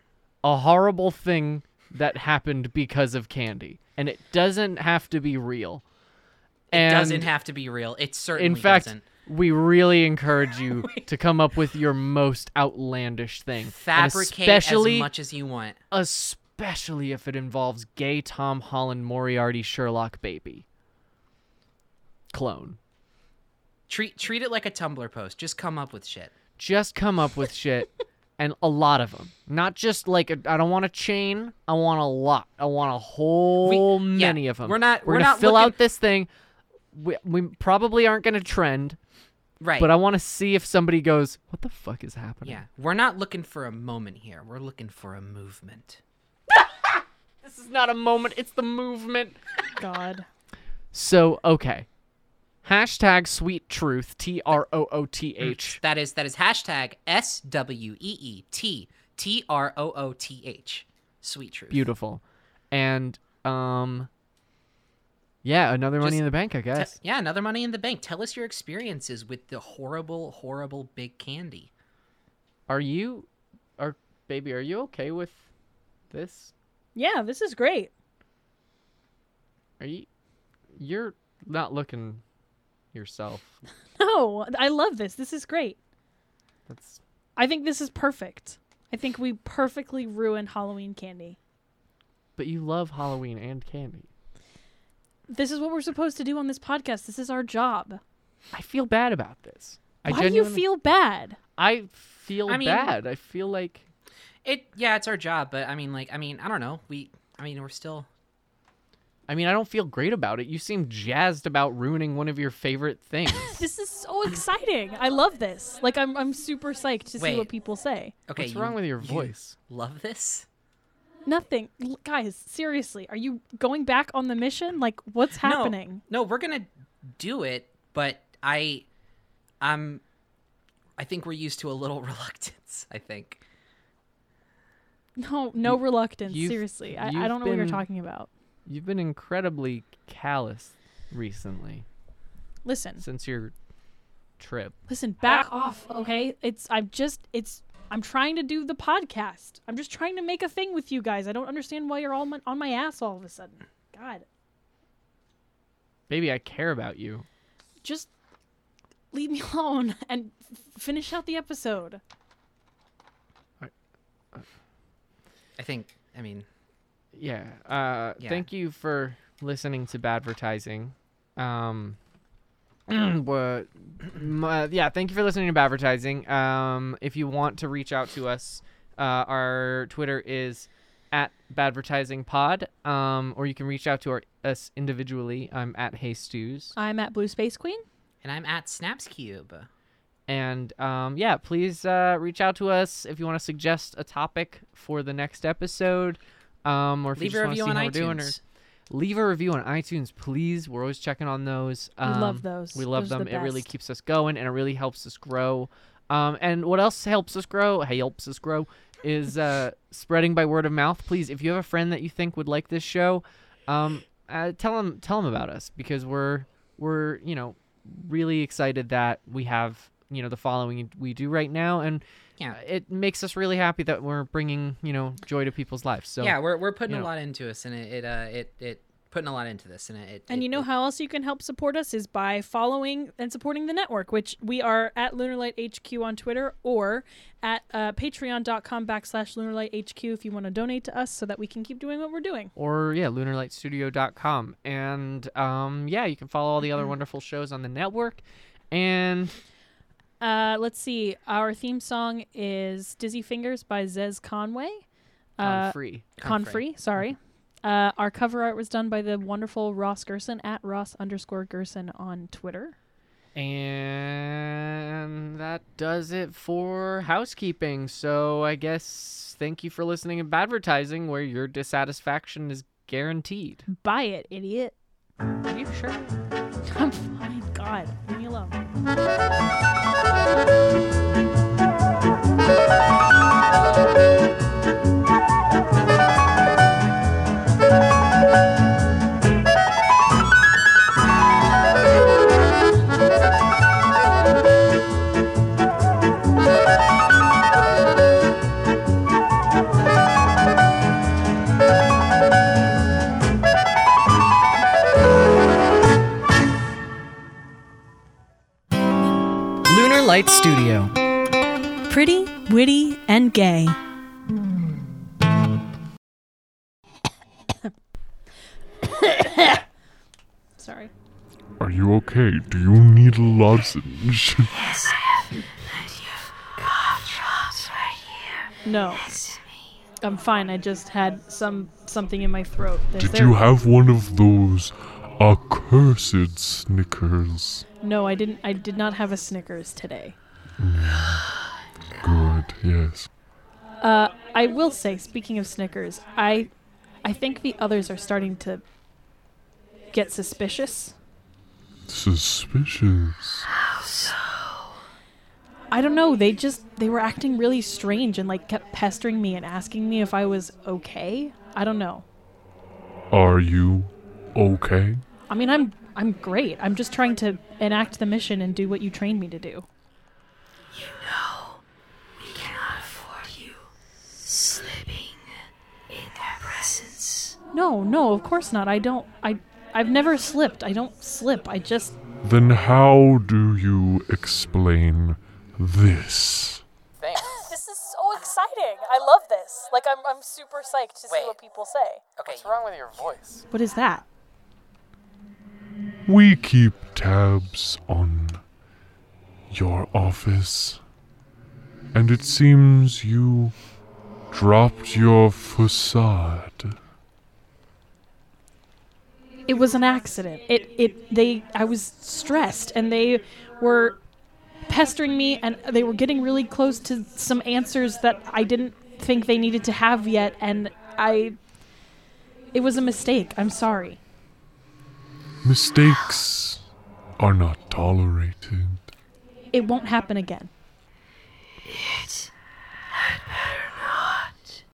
[SPEAKER 3] a horrible thing that happened because of candy. And it doesn't have to be real.
[SPEAKER 2] it
[SPEAKER 3] And
[SPEAKER 2] doesn't have to be real it certainly
[SPEAKER 3] in fact,
[SPEAKER 2] doesn't
[SPEAKER 3] we really encourage you to come up with your most outlandish thing. and
[SPEAKER 2] fabricate
[SPEAKER 3] especially
[SPEAKER 2] as much as you want
[SPEAKER 3] especially if it involves gay Tom Holland Moriarty Sherlock baby clone.
[SPEAKER 2] treat treat it like a tumblr post just come up with shit
[SPEAKER 3] Just come up with shit and a lot of them. Not just like I I don't want a chain, I want a lot. I want a whole
[SPEAKER 2] We- yeah,
[SPEAKER 3] many of them.
[SPEAKER 2] we're not-
[SPEAKER 3] we're,
[SPEAKER 2] we're
[SPEAKER 3] gonna
[SPEAKER 2] not
[SPEAKER 3] fill
[SPEAKER 2] looking-
[SPEAKER 3] out this thing. We, we probably aren't going to trend,
[SPEAKER 2] right
[SPEAKER 3] but I want to see if somebody goes, "What the fuck is happening?"
[SPEAKER 2] yeah we're not looking for a moment here we're looking for a movement
[SPEAKER 3] This is not a moment, it's the movement.
[SPEAKER 1] God.
[SPEAKER 3] So, okay. Hashtag sweet truth, T R O O T H.
[SPEAKER 2] that is that is hashtag E s-w-e-e-t-t-r-o-o-t-h sweet truth
[SPEAKER 3] beautiful and um yeah another money
[SPEAKER 2] Just
[SPEAKER 3] in the bank i
[SPEAKER 2] Te-
[SPEAKER 3] guess
[SPEAKER 2] yeah another money in the bank tell us your experiences with the horrible horrible big candy
[SPEAKER 3] are you are baby are you okay with this
[SPEAKER 1] Yeah, this is great.
[SPEAKER 3] are you you're not looking yourself
[SPEAKER 1] No, I love this. This is great.
[SPEAKER 3] that's
[SPEAKER 1] I think this is perfect. I think we perfectly ruined Halloween candy.
[SPEAKER 3] But you love Halloween and candy.
[SPEAKER 1] This is what we're supposed to do on this podcast. This is our job.
[SPEAKER 3] I feel bad about this. I
[SPEAKER 1] Why do you
[SPEAKER 3] genuinely-
[SPEAKER 1] feel bad?
[SPEAKER 3] I feel
[SPEAKER 2] I mean-
[SPEAKER 3] bad. I feel like
[SPEAKER 2] It yeah, it's our job, but I mean like I mean, I don't know. We I mean, we're still
[SPEAKER 3] I mean, I don't feel great about it. You seem jazzed about ruining one of your favorite things.
[SPEAKER 1] This is so exciting. I love this. Like I'm I'm super psyched to see what
[SPEAKER 2] Wait.
[SPEAKER 1] people say.
[SPEAKER 2] Okay,
[SPEAKER 3] What's
[SPEAKER 2] you-
[SPEAKER 3] wrong with your
[SPEAKER 2] you
[SPEAKER 3] voice?
[SPEAKER 2] Love this?
[SPEAKER 1] Nothing. L- Guys, seriously, are you going back on the mission? Like what's happening?
[SPEAKER 2] No, no, we're gonna do it, but I, I'm, I think we're used to a little reluctance. I think.
[SPEAKER 1] No, no, reluctance.
[SPEAKER 3] you've-
[SPEAKER 1] Seriously. I, I
[SPEAKER 3] you've
[SPEAKER 1] don't know what you're
[SPEAKER 3] been-
[SPEAKER 1] talking about.
[SPEAKER 3] You've been incredibly callous recently
[SPEAKER 1] Listen.
[SPEAKER 3] since your trip.
[SPEAKER 1] Listen, back
[SPEAKER 3] Ah.
[SPEAKER 1] off, okay? It's I'm just it's I'm trying to do the podcast. I'm just trying to make a thing with you guys. I don't understand why you're all mon- on my ass all of a sudden. God.
[SPEAKER 3] Baby, I care about you.
[SPEAKER 1] Just leave me alone and f- finish out the episode.
[SPEAKER 2] I think. I mean,
[SPEAKER 3] Yeah. Uh,
[SPEAKER 2] Yeah.
[SPEAKER 3] Thank you for listening to Badvertising. Um, but, my, yeah, thank you for listening to Badvertising. Um, if you want to reach out to us, uh, our Twitter is at Badvertising Pod, um, or you can reach out to our, us individually. I'm at Hey Stews.
[SPEAKER 1] I'm at Blue Space Queen.
[SPEAKER 2] and I'm at Snaps Cube.
[SPEAKER 3] And um, yeah, please uh, reach out to us if you want to suggest a topic for the next episode, um, or if
[SPEAKER 2] Leave
[SPEAKER 3] you
[SPEAKER 2] a
[SPEAKER 3] just want to
[SPEAKER 2] review
[SPEAKER 3] see
[SPEAKER 2] on
[SPEAKER 3] how we're
[SPEAKER 2] iTunes.
[SPEAKER 3] doing. Or, leave a review on iTunes, please. We're always checking on those.
[SPEAKER 1] We
[SPEAKER 3] Um,
[SPEAKER 1] love those.
[SPEAKER 3] We love
[SPEAKER 1] Those are
[SPEAKER 3] them.
[SPEAKER 1] the
[SPEAKER 3] it really
[SPEAKER 1] best.
[SPEAKER 3] keeps us going and it really helps us grow. Um, and what else helps us grow? Helps us grow is uh, spreading by word of mouth. Please, if you have a friend that you think would like this show, um, uh, tell them tell them about us because we're we're you know really excited that we have you know the following we do right now and uh,
[SPEAKER 2] Yeah.
[SPEAKER 3] it makes us really happy that we're bringing you know joy to people's lives. So
[SPEAKER 2] yeah, we're we're putting
[SPEAKER 3] you
[SPEAKER 2] a
[SPEAKER 3] know.
[SPEAKER 2] lot into us, and it it uh, it it putting a lot into this, and it. it
[SPEAKER 1] And
[SPEAKER 2] it-
[SPEAKER 1] you know
[SPEAKER 2] it-
[SPEAKER 1] how else you can help support us is by following and supporting the network, which we are at Lunarlight HQ on Twitter or at uh, patreon.com backslash Lunarlight HQ if you want to donate to us so that we can keep doing what we're doing.
[SPEAKER 3] or yeah lunarlightstudio.com and um yeah you can follow all the other wonderful shows on the network and
[SPEAKER 1] Uh, let's see. Our theme song is Dizzy Fingers by Zez Conway.
[SPEAKER 3] on
[SPEAKER 1] Uh,
[SPEAKER 3] free
[SPEAKER 2] Confrey.
[SPEAKER 1] Confrey, sorry. Uh, our cover art was done by the wonderful Ross Gerson at Ross underscore Gerson on Twitter.
[SPEAKER 3] and that does it for housekeeping so i guess thank you for listening and advertising where your dissatisfaction is guaranteed
[SPEAKER 1] Buy it, idiot.
[SPEAKER 3] are you sure
[SPEAKER 1] I'm fine. God, leave me alone.
[SPEAKER 3] lunar light studio
[SPEAKER 1] Pretty, witty, and gay. Sorry.
[SPEAKER 9] Are you okay? Do you need a lozenge?
[SPEAKER 1] No. I'm fine. I just had some something in my throat. Is
[SPEAKER 9] Did
[SPEAKER 1] there-
[SPEAKER 9] you have one of those accursed Snickers?
[SPEAKER 1] No, I didn't. I did not have a Snickers today.
[SPEAKER 9] Good, yes.
[SPEAKER 1] Uh, I will say, speaking of Snickers, I, I think the others are starting to get suspicious.
[SPEAKER 9] Suspicious.
[SPEAKER 1] I don't know. They just they were acting really strange and like kept pestering me and asking me if I was okay. I don't know.
[SPEAKER 9] Are you okay?
[SPEAKER 1] I mean, I'm I'm great. I'm just trying to enact the mission and do what you trained me to do. You know, we cannot afford you slipping in their presence. No, no, of course not. I don't. I I've never slipped. I don't slip. I just
[SPEAKER 9] Then how do you explain this?
[SPEAKER 1] This is so exciting. exciting. I love this. Like I'm I'm super psyched to see
[SPEAKER 2] Wait.
[SPEAKER 1] what people say.
[SPEAKER 2] Okay.
[SPEAKER 10] What's wrong with your voice?
[SPEAKER 1] What is that?
[SPEAKER 9] We keep tabs on your office, and it seems you dropped your facade.
[SPEAKER 1] It was an accident. It it they I was stressed and they were pestering me and they were getting really close to some answers that I didn't think they needed to have yet and I it was a mistake. I'm sorry.
[SPEAKER 9] Mistakes are not tolerated.
[SPEAKER 1] It won't happen again.